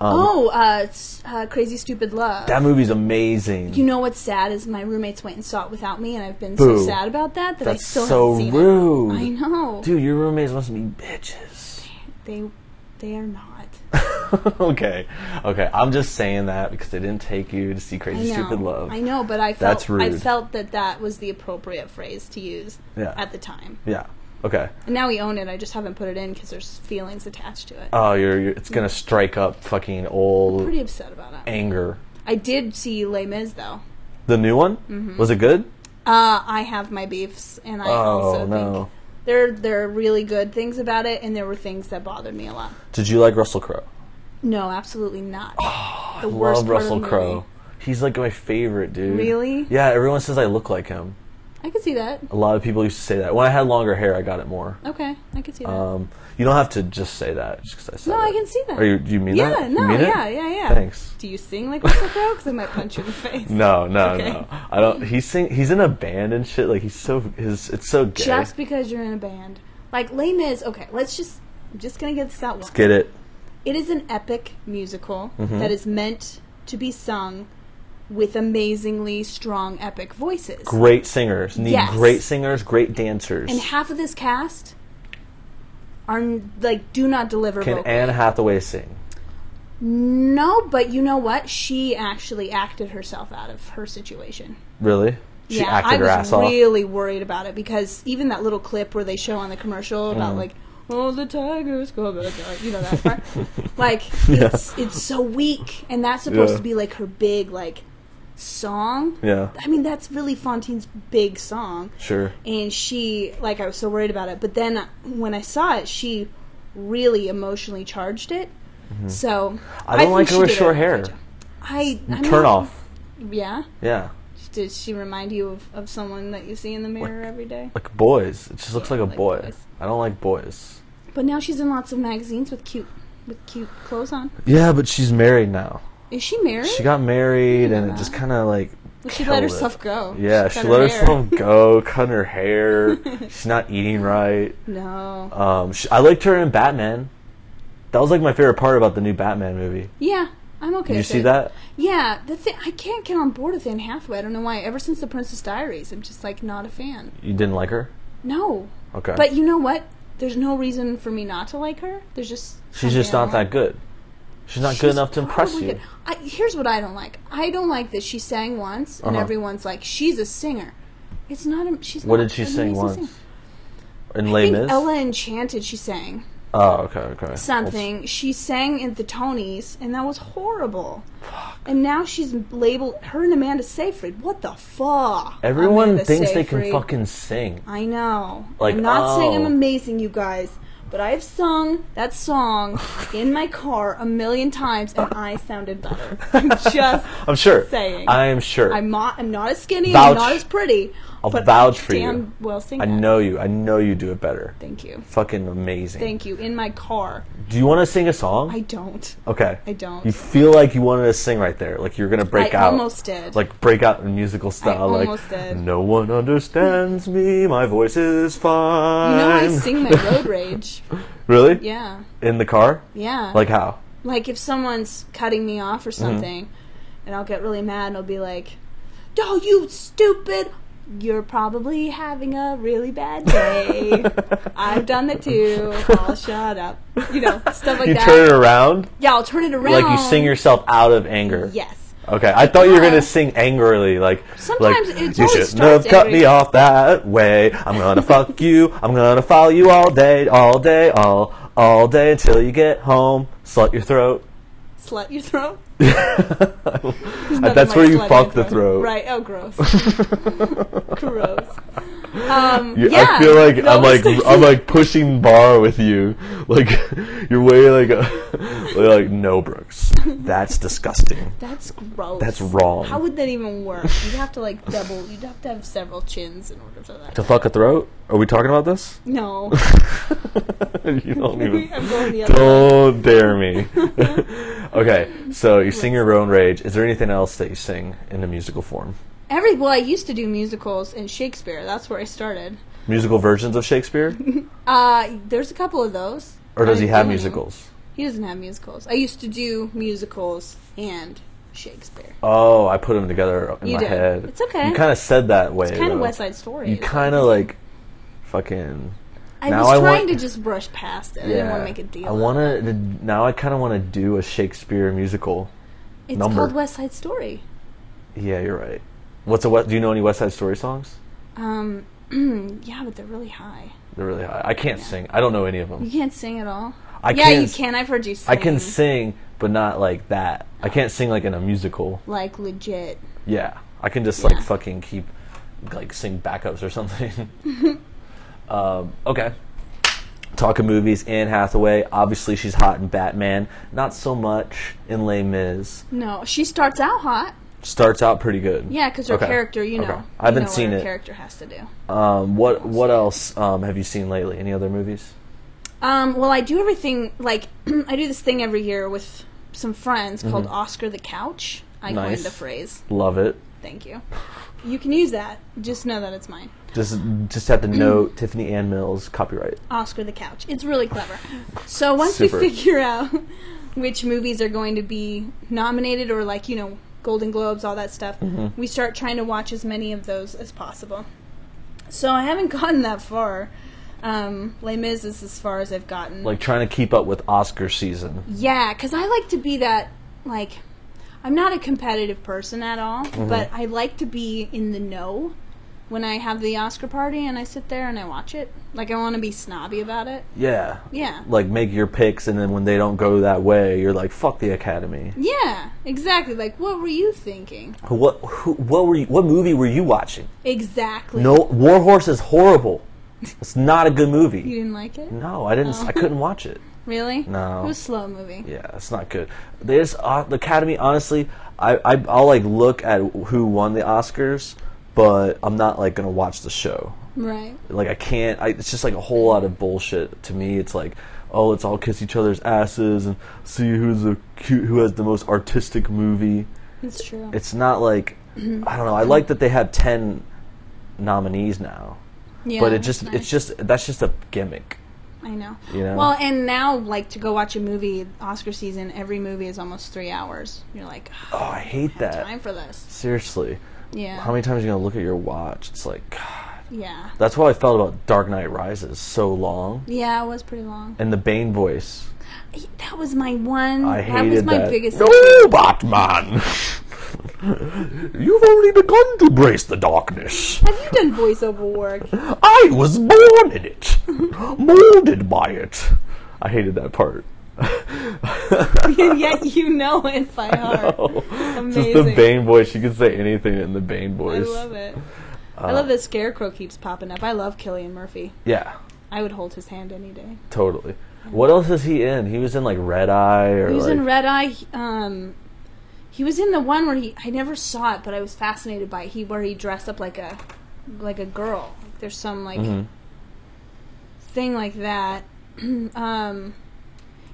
Speaker 1: Um,
Speaker 3: oh, uh, it's, uh, Crazy Stupid Love.
Speaker 1: That movie's amazing.
Speaker 3: you know what's sad is my roommates went and saw it without me, and I've been
Speaker 1: Boo.
Speaker 3: so sad about that that
Speaker 1: that's
Speaker 3: I still
Speaker 1: so
Speaker 3: haven't seen
Speaker 1: rude.
Speaker 3: it. I know.
Speaker 1: Dude, your roommates must be bitches.
Speaker 3: They, they are not.
Speaker 1: okay, okay. I'm just saying that because they didn't take you to see
Speaker 3: I
Speaker 1: Crazy
Speaker 3: know.
Speaker 1: Stupid Love.
Speaker 3: I know, but I felt
Speaker 1: That's
Speaker 3: I
Speaker 1: rude.
Speaker 3: felt that that was the appropriate phrase to use
Speaker 1: Yeah.
Speaker 3: at the time.
Speaker 1: Yeah. Okay.
Speaker 3: And now we own it. I just haven't put it in because there's feelings attached to it.
Speaker 1: Oh, you're, you're. It's gonna strike up fucking old
Speaker 3: Pretty upset about it.
Speaker 1: anger.
Speaker 3: I did see Les Mis though.
Speaker 1: The new one
Speaker 3: Mm-hmm.
Speaker 1: was it good?
Speaker 3: Uh, I have my beefs, and I also
Speaker 1: oh
Speaker 3: think
Speaker 1: no.
Speaker 3: there there are really good things about it, and there were things that bothered me a lot.
Speaker 1: Did you like Russell Crowe?
Speaker 3: No, absolutely not. the
Speaker 1: Oh, Love
Speaker 3: part of the
Speaker 1: Russell
Speaker 3: movie.
Speaker 1: Crowe. He's like my favorite dude.
Speaker 3: Really?
Speaker 1: Yeah. Everyone says I look like him.
Speaker 3: I could see that.
Speaker 1: A lot of people used to say that. When I had longer hair, I got it more.
Speaker 3: Okay, I could see that.
Speaker 1: Um, you don't have to just say that just 'cause I said
Speaker 3: no, I
Speaker 1: it.
Speaker 3: can see that.
Speaker 1: Are you? Do you mean
Speaker 3: yeah,
Speaker 1: that? You
Speaker 3: no,
Speaker 1: mean it?
Speaker 3: yeah, yeah, yeah.
Speaker 1: Thanks.
Speaker 3: Do you sing like Russell Crowe? Because I might punch you in the face.
Speaker 1: No, no,
Speaker 3: Okay.
Speaker 1: no. I don't. He's sing. He's in a band and shit. Like he's so. His it's so gay.
Speaker 3: Just because you're in a band, like Les Mis. Okay, let's just. I'm just gonna get this out. Once.
Speaker 1: Get Mm-hmm. it?
Speaker 3: It is an epic musical that is meant to be sung with amazingly strong epic voices.
Speaker 1: Great singers need
Speaker 3: Yes.
Speaker 1: great singers, great dancers.
Speaker 3: and half of this cast are n- like do not deliver
Speaker 1: Can
Speaker 3: vocally.
Speaker 1: Anne Hathaway sing?
Speaker 3: no, but you know what? She actually acted herself out of her situation.
Speaker 1: Really? She
Speaker 3: yeah,
Speaker 1: acted
Speaker 3: I
Speaker 1: her
Speaker 3: was
Speaker 1: ass off.
Speaker 3: really worried about it because even that little clip where they show on the commercial
Speaker 1: Mm.
Speaker 3: about like oh the tigers go back out," you know that part like it's it's so weak and that's supposed
Speaker 1: Yeah.
Speaker 3: to be like her big like song
Speaker 1: Yeah,
Speaker 3: I mean that's really Fontaine's big song
Speaker 1: sure.
Speaker 3: and she like I was so worried about it. But then when I saw it, she really emotionally charged it.
Speaker 1: Mm-hmm.
Speaker 3: So
Speaker 1: I don't
Speaker 3: think
Speaker 1: like her
Speaker 3: she
Speaker 1: with
Speaker 3: did a
Speaker 1: short
Speaker 3: really
Speaker 1: hair.
Speaker 3: good job. I, I
Speaker 1: Turn
Speaker 3: mean,
Speaker 1: off.
Speaker 3: Yeah,
Speaker 1: Yeah,
Speaker 3: did she remind you of, of someone that you see in the mirror every day?
Speaker 1: like boys. It just looks
Speaker 3: Yeah,
Speaker 1: like a
Speaker 3: like
Speaker 1: boy.
Speaker 3: boys.
Speaker 1: I don't like boys.
Speaker 3: But now she's in lots of magazines with cute with cute clothes on.
Speaker 1: Yeah, but she's married now.
Speaker 3: Is she married?
Speaker 1: She got married, and it
Speaker 3: Yeah.
Speaker 1: just kind of like.
Speaker 3: Well, she let
Speaker 1: killed it.
Speaker 3: herself go.
Speaker 1: Yeah, she,
Speaker 3: cut
Speaker 1: let
Speaker 3: Oh, her hair.
Speaker 1: herself go, cut her hair. She's not eating right.
Speaker 3: No.
Speaker 1: Um, sh I liked her in Batman. That was like my favorite part about the new Batman movie.
Speaker 3: yeah, I'm okay.
Speaker 1: you
Speaker 3: with
Speaker 1: see
Speaker 3: it.
Speaker 1: that?
Speaker 3: Yeah, the thing I can't get on board with Anne Hathaway. I don't know why. Ever since The Princess Diaries, I'm just like not a fan.
Speaker 1: You didn't like her?
Speaker 3: No,
Speaker 1: Okay.
Speaker 3: but you know what? There's no reason for me not to like her. There's just
Speaker 1: She's just
Speaker 3: something I
Speaker 1: not
Speaker 3: don't
Speaker 1: that
Speaker 3: like.
Speaker 1: good. She's not good
Speaker 3: She's
Speaker 1: enough to impress
Speaker 3: probably
Speaker 1: you.
Speaker 3: good. I, here's what I don't like. I don't like that she sang once and
Speaker 1: Uh-huh.
Speaker 3: everyone's like, she's a singer. It's not. A, she's.
Speaker 1: What
Speaker 3: not
Speaker 1: did she
Speaker 3: an
Speaker 1: sing
Speaker 3: amazing
Speaker 1: once?
Speaker 3: singer.
Speaker 1: In
Speaker 3: I
Speaker 1: Les
Speaker 3: think
Speaker 1: Mis?
Speaker 3: Ella Enchanted. She sang
Speaker 1: oh, okay, okay. Well,
Speaker 3: something. she sang at the Tonys, and that was horrible. And now she's labeled her and Amanda Seyfried. What the fuck?
Speaker 1: everyone
Speaker 3: Amanda
Speaker 1: thinks they can
Speaker 3: Seyfried.
Speaker 1: fucking sing.
Speaker 3: I know.
Speaker 1: Like,
Speaker 3: I'm not saying
Speaker 1: oh.
Speaker 3: I'm amazing, you guys, but I've sung that song in my car a million times, and I sounded better. I'm just
Speaker 1: I'm sure.
Speaker 3: saying.
Speaker 1: I am sure.
Speaker 3: I'm not. I'm not as skinny.
Speaker 1: Vouch.
Speaker 3: I'm not as pretty.
Speaker 1: I'll
Speaker 3: but
Speaker 1: vouch for you.
Speaker 3: damn well sing
Speaker 1: I
Speaker 3: that.
Speaker 1: know you. I know you do it better.
Speaker 3: Thank you.
Speaker 1: Fucking amazing.
Speaker 3: Thank you. In my car.
Speaker 1: Do you want to sing a song?
Speaker 3: I don't.
Speaker 1: okay.
Speaker 3: I don't.
Speaker 1: You feel like you wanted to sing right there, like you're gonna break
Speaker 3: I
Speaker 1: out.
Speaker 3: almost did.
Speaker 1: Like break out in musical style. like
Speaker 3: almost did.
Speaker 1: no one understands me. My voice is fine.
Speaker 3: you know I sing my road rage.
Speaker 1: Really?
Speaker 3: Yeah.
Speaker 1: In the car?
Speaker 3: Yeah.
Speaker 1: Like how?
Speaker 3: like if someone's cutting me off or
Speaker 1: Mm-hmm.
Speaker 3: something and i'll get really mad and i'll be like oh you stupid you're probably having a really bad day i've done that too i'll shut up you know stuff like
Speaker 1: you
Speaker 3: that
Speaker 1: turn it around,
Speaker 3: yeah i'll turn it around
Speaker 1: like you sing yourself out of anger.
Speaker 3: yes
Speaker 1: Okay, I thought you were
Speaker 3: Yeah.
Speaker 1: gonna sing angrily, like
Speaker 3: Sometimes
Speaker 1: like,
Speaker 3: it's
Speaker 1: you
Speaker 3: always
Speaker 1: shouldn't have
Speaker 3: starts
Speaker 1: cut
Speaker 3: angry.
Speaker 1: me off that way. I'm gonna fuck you. I'm gonna follow you all day, all day, all all day until you get home. Slut your throat.
Speaker 3: slut your throat
Speaker 1: That's
Speaker 3: Nothing
Speaker 1: where
Speaker 3: like
Speaker 1: you
Speaker 3: slut
Speaker 1: fuck
Speaker 3: your
Speaker 1: the throat.
Speaker 3: right oh gross gross um,
Speaker 1: You-
Speaker 3: yeah
Speaker 1: I feel like
Speaker 3: Those
Speaker 1: I'm like
Speaker 3: things-
Speaker 1: I'm like pushing bar with you. Like you're way like a, like no Brooks. That's disgusting.
Speaker 3: that's gross
Speaker 1: That's wrong.
Speaker 3: How would that even work? You'd have to like double. You'd have to have several chins in order for that.
Speaker 1: to fuck a throat? Are we talking about this?
Speaker 3: No,
Speaker 1: you don't even.
Speaker 3: I'm going the other.
Speaker 1: Don't dare me. okay, so you sing your own rage. Is there anything else that you sing in a musical form?
Speaker 3: Every well, I used to do musicals and Shakespeare. That's where I started.
Speaker 1: Musical versions of Shakespeare,
Speaker 3: Uh, there's a couple of those.
Speaker 1: or does he
Speaker 3: I
Speaker 1: have
Speaker 3: don't know.
Speaker 1: musicals?
Speaker 3: He doesn't have musicals. I used to do musicals and Shakespeare.
Speaker 1: Oh, I put them together in
Speaker 3: You
Speaker 1: my
Speaker 3: did.
Speaker 1: head.
Speaker 3: It's okay.
Speaker 1: You kind of said that way.
Speaker 3: Kind
Speaker 1: though.
Speaker 3: of West Side Story.
Speaker 1: You kind of like, fucking.
Speaker 3: I
Speaker 1: now
Speaker 3: was
Speaker 1: I
Speaker 3: trying
Speaker 1: want-
Speaker 3: to just brush past it. I didn't want to make a deal.
Speaker 1: I
Speaker 3: out of
Speaker 1: want
Speaker 3: it.
Speaker 1: to now. I kind of want to do a Shakespeare musical.
Speaker 3: It's
Speaker 1: number.
Speaker 3: called West Side Story.
Speaker 1: Yeah, you're right. What's a West? Do you know any West Side Story songs?
Speaker 3: Um, yeah, but they're really high.
Speaker 1: They're really high. I can't sing. I don't know any of them.
Speaker 3: You can't sing at all.
Speaker 1: I
Speaker 3: yeah,
Speaker 1: can't
Speaker 3: you
Speaker 1: s-
Speaker 3: can. I've heard you sing.
Speaker 1: I can sing, but not like that. I can't sing like in a musical.
Speaker 3: like legit.
Speaker 1: Yeah, I can just like
Speaker 3: Yeah.
Speaker 1: fucking keep like sing backups or something. um, okay. Talking movies, Anne Hathaway. Obviously, she's hot in Batman. Not so much in Les Mis.
Speaker 3: No, she starts out hot.
Speaker 1: Starts out pretty good.
Speaker 3: Yeah, because her
Speaker 1: Okay.
Speaker 3: character, you know,
Speaker 1: Okay.
Speaker 3: you
Speaker 1: I haven't
Speaker 3: know what
Speaker 1: seen
Speaker 3: her
Speaker 1: it.
Speaker 3: Character has to do.
Speaker 1: Um, what What else um, have you seen lately? Any other movies?
Speaker 3: Um, well, I do everything like I do this thing every year with some friends called Oscar the Couch. I
Speaker 1: Mm-hmm. Nice.
Speaker 3: coined the phrase.
Speaker 1: Love it.
Speaker 3: Thank you. You can use that. Just know that it's mine.
Speaker 1: Just just have to note Tiffany Ann Mills copyright.
Speaker 3: Oscar the Couch. It's really clever. So once
Speaker 1: Super.
Speaker 3: we figure out which movies are going to be nominated or like, you know, Golden Globes, all that stuff,
Speaker 1: Mm-hmm.
Speaker 3: we start trying to watch as many of those as possible. So I haven't gotten that far. Um, Les Mis is as far as I've gotten.
Speaker 1: Like trying to keep up with Oscar season.
Speaker 3: Yeah, because I like to be that, like, I'm not a competitive person at all,
Speaker 1: Mm-hmm.
Speaker 3: but I like to be in the know when I have the Oscar party and I sit there and I watch it. Like, I want to be snobby about it.
Speaker 1: Yeah.
Speaker 3: Yeah.
Speaker 1: like make your picks and then when they don't go that way you're like fuck the academy
Speaker 3: yeah, exactly. Like, what were you thinking?
Speaker 1: what who, what were you, what movie were you watching
Speaker 3: Exactly.
Speaker 1: no war horse is horrible it's not a good
Speaker 3: You
Speaker 1: movie
Speaker 3: didn't Oh. like it?
Speaker 1: no i didn't i couldn't watch it
Speaker 3: Really?
Speaker 1: No.
Speaker 3: It was a slow movie.
Speaker 1: yeah it's not good there's uh, the academy honestly I, I i'll like look at who won the oscars but i'm not like gonna watch the show
Speaker 3: Right.
Speaker 1: like I can't. I, it's just like a whole lot of bullshit to me. It's like, oh, let's all kiss each other's asses and see who's the cute, who has the most artistic movie.
Speaker 3: It's true.
Speaker 1: It's not like I don't know. I like that they have ten nominees now,
Speaker 3: yeah,
Speaker 1: but it
Speaker 3: that's
Speaker 1: just
Speaker 3: nice.
Speaker 1: it's just that's just a gimmick.
Speaker 3: I know.
Speaker 1: You know?
Speaker 3: Well, and now like to go watch a movie, Oscar season, every movie is almost three hours. You're like, "Ah,
Speaker 1: oh, I hate that.
Speaker 3: time for this.
Speaker 1: Seriously.
Speaker 3: Yeah.
Speaker 1: How many times are you going to look at your watch? It's like, God.
Speaker 3: Yeah.
Speaker 1: That's what I felt about Dark Knight Rises so long.
Speaker 3: Yeah, it was pretty long.
Speaker 1: And the Bane voice.
Speaker 3: That was my one.
Speaker 1: I
Speaker 3: Hmm, that
Speaker 1: hated
Speaker 3: was my
Speaker 1: that.
Speaker 3: biggest.
Speaker 1: No, Batman! You've only begun to brace the darkness.
Speaker 3: Have you done voiceover work?
Speaker 1: I was born in it, molded by it. I hated that part.
Speaker 3: and yet you know it by heart.
Speaker 1: Just
Speaker 3: Amazing.
Speaker 1: the Bane voice. You could say anything in the Bane
Speaker 3: I
Speaker 1: voice. Uh,
Speaker 3: love it. I love that Scarecrow keeps popping up. I love Killian Murphy.
Speaker 1: Yeah,
Speaker 3: I would hold his hand any day.
Speaker 1: totally. What else is he in? He was in like Red Eye or
Speaker 3: He was
Speaker 1: like
Speaker 3: in Red Eye. he- Um, he was in the one where he I never saw it, but I was fascinated by it. he where he dressed up like a like a girl. There's some like
Speaker 1: Mhm.
Speaker 3: thing like that. um,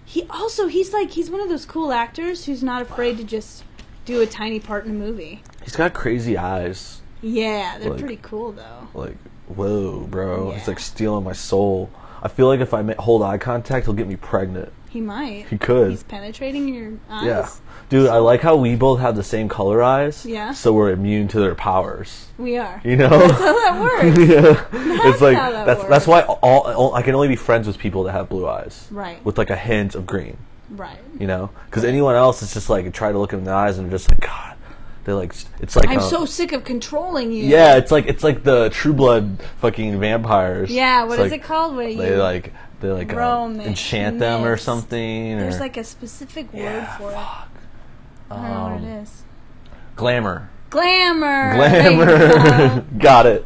Speaker 3: he also he's like he's one of those cool actors who's not afraid to just do a tiny part in a movie.
Speaker 1: He's got crazy eyes.
Speaker 3: Yeah, they're
Speaker 1: Like-
Speaker 3: pretty cool though.
Speaker 1: Like whoa, bro. He's
Speaker 3: Yeah.
Speaker 1: like stealing my soul. I feel like if I ma- hold eye contact, he'll get me pregnant.
Speaker 3: He might.
Speaker 1: He could.
Speaker 3: He's penetrating your eyes.
Speaker 1: Yeah. Dude, I like how we both have the same color eyes.
Speaker 3: Yeah.
Speaker 1: So we're immune to their powers.
Speaker 3: We are.
Speaker 1: You know?
Speaker 3: How that works.
Speaker 1: yeah. it's like
Speaker 3: how that
Speaker 1: that's that's why all, all I can only be friends with people that have blue eyes.
Speaker 3: Right.
Speaker 1: With like a hint of green,
Speaker 3: right.
Speaker 1: you know? Cuz anyone else is just like try to look 'em in the eyes and they're just like god. They like s- it's like
Speaker 3: I'm
Speaker 1: um,
Speaker 3: so sick of controlling you.
Speaker 1: Yeah, it's like it's like the True Blood fucking vampires.
Speaker 3: Yeah,
Speaker 1: What
Speaker 3: what
Speaker 1: is
Speaker 3: is it called? What are
Speaker 1: They
Speaker 3: you-
Speaker 1: like they like um,
Speaker 3: Romance.
Speaker 1: enchant them or something
Speaker 3: There's
Speaker 1: or
Speaker 3: like a specific word
Speaker 1: Yeah,
Speaker 3: for
Speaker 1: fuck. Um,
Speaker 3: it. I don't know what it is.
Speaker 1: glamour.
Speaker 3: Glamour. There you
Speaker 1: Glamour.
Speaker 3: go.
Speaker 1: Got it.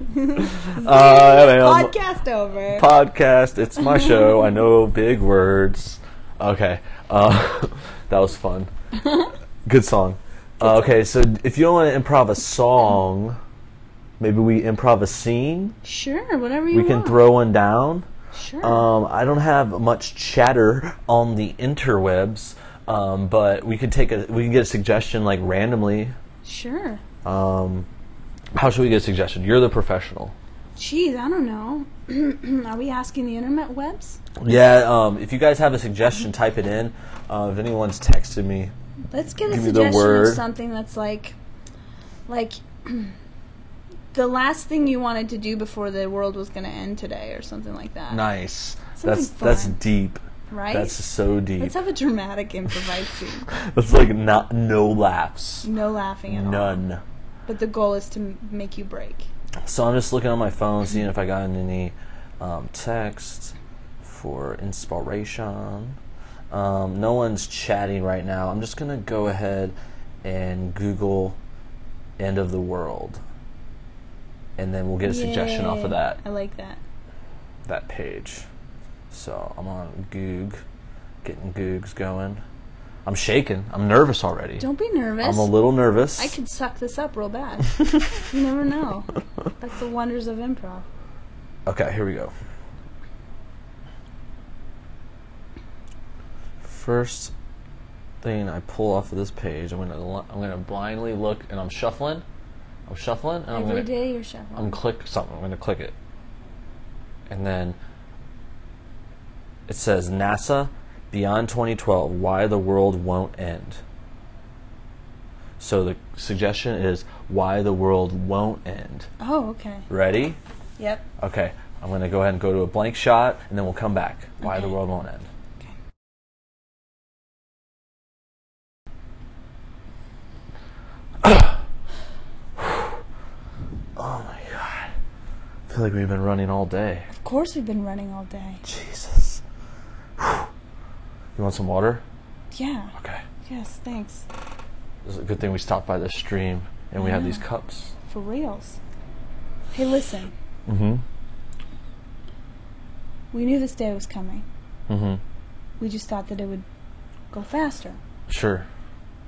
Speaker 1: uh, anyway, um,
Speaker 3: Podcast over.
Speaker 1: podcast. It's my show. I know big words. Okay. Uh, that was fun. Good song. Uh, okay, so if you don't want to improv a song, maybe we improv a scene.
Speaker 3: sure, whatever you
Speaker 1: We can
Speaker 3: want.
Speaker 1: throw one down.
Speaker 3: Sure.
Speaker 1: Um, I don't have much chatter on the interwebs, um, but we could take a we can get a suggestion like randomly.
Speaker 3: sure.
Speaker 1: Um, how should we get a suggestion? You're the professional.
Speaker 3: Jeez, I don't know. Are we asking the internet webs?
Speaker 1: Yeah, um, if you guys have a suggestion, type it in. Uh, if anyone's texted me,
Speaker 3: Let's get a
Speaker 1: Give me the
Speaker 3: suggestion of
Speaker 1: word.
Speaker 3: something that's like, like, the last thing you wanted to do before the world was going to end today, or something like that.
Speaker 1: nice.
Speaker 3: Something
Speaker 1: that's that's
Speaker 3: fun.
Speaker 1: deep.
Speaker 3: Right?
Speaker 1: That's so deep.
Speaker 3: Let's have a dramatic improvised scene.
Speaker 1: That's like not no laughs,
Speaker 3: No laughing at all.
Speaker 1: none.
Speaker 3: But the goal is to m- make you break.
Speaker 1: So I'm just looking on my phone, seeing if I got any um, texts for inspiration. Um, no one's chatting right now. I'm just gonna go ahead and Google "end of the world," and then we'll get a suggestion off of
Speaker 3: Yay.
Speaker 1: that.
Speaker 3: I like that.
Speaker 1: that page. So I'm on Goog, getting Googs going. I'm shaking. I'm nervous already.
Speaker 3: Don't be nervous.
Speaker 1: I'm a little nervous.
Speaker 3: I could suck this up real bad. you never know. That's the wonders of improv.
Speaker 1: Okay, here we go. First thing I pull off of this page, I'm gonna li- I'm gonna blindly look, and I'm shuffling. I'm shuffling, and I'm
Speaker 3: Every
Speaker 1: gonna
Speaker 3: day you're shuffling.
Speaker 1: I'm click something. I'm gonna click it, and then it says NASA Beyond 2012: Why the World Won't End. So the suggestion is why the world won't end.
Speaker 3: oh, okay.
Speaker 1: Ready?
Speaker 3: Yep.
Speaker 1: Okay. I'm gonna go ahead and go to a blank shot, and then we'll come back. Why the
Speaker 3: Okay.
Speaker 1: world won't end.
Speaker 3: Okay.
Speaker 1: Oh my god. I feel like we've been running all day.
Speaker 3: Of course we've been running all day.
Speaker 1: Jesus. Whew. You want some water?
Speaker 3: Yeah.
Speaker 1: Okay.
Speaker 3: Yes, thanks.
Speaker 1: It's a good thing we stopped by the stream and we have these cups.
Speaker 3: For reals. Hey, listen.
Speaker 1: Mm-hmm.
Speaker 3: We knew this day was coming.
Speaker 1: Mm-hmm.
Speaker 3: We just thought that it would go faster.
Speaker 1: Sure.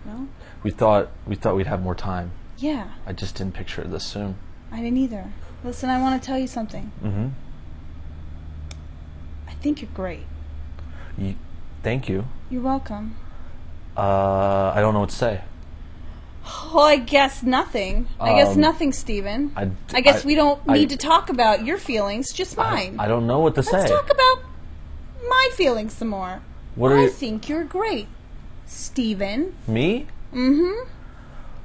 Speaker 3: No?
Speaker 1: We thought we thought we'd have more time.
Speaker 3: Yeah.
Speaker 1: I just didn't picture it this soon.
Speaker 3: I didn't either. Listen, I want to tell you something.
Speaker 1: Mm-hmm.
Speaker 3: I think you're great.
Speaker 1: You, thank you.
Speaker 3: You're welcome.
Speaker 1: Uh, I don't know what to say.
Speaker 3: Well, Oh, I guess nothing. I guess
Speaker 1: Um,
Speaker 3: nothing, Steven.
Speaker 1: I,
Speaker 3: I, guess we don't
Speaker 1: I-
Speaker 3: need to talk about your feelings, just mine.
Speaker 1: I don't know what to
Speaker 3: Let's
Speaker 1: say.
Speaker 3: talk about my feelings some more.
Speaker 1: What are
Speaker 3: I
Speaker 1: you?
Speaker 3: think you're great, Steven.
Speaker 1: Me? Mm-hmm.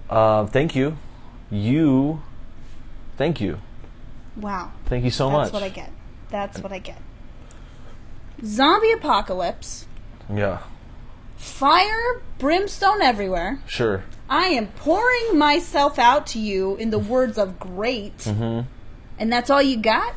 Speaker 1: Uh, thank you. You. Thank you.
Speaker 3: Wow.
Speaker 1: Thank you so
Speaker 3: That's
Speaker 1: much.
Speaker 3: what I get. That's what I get. Zombie apocalypse,
Speaker 1: Yeah.
Speaker 3: fire, brimstone everywhere.
Speaker 1: Sure.
Speaker 3: I am pouring myself out to you in the words of great.
Speaker 1: Mm-hmm.
Speaker 3: And that's all you got?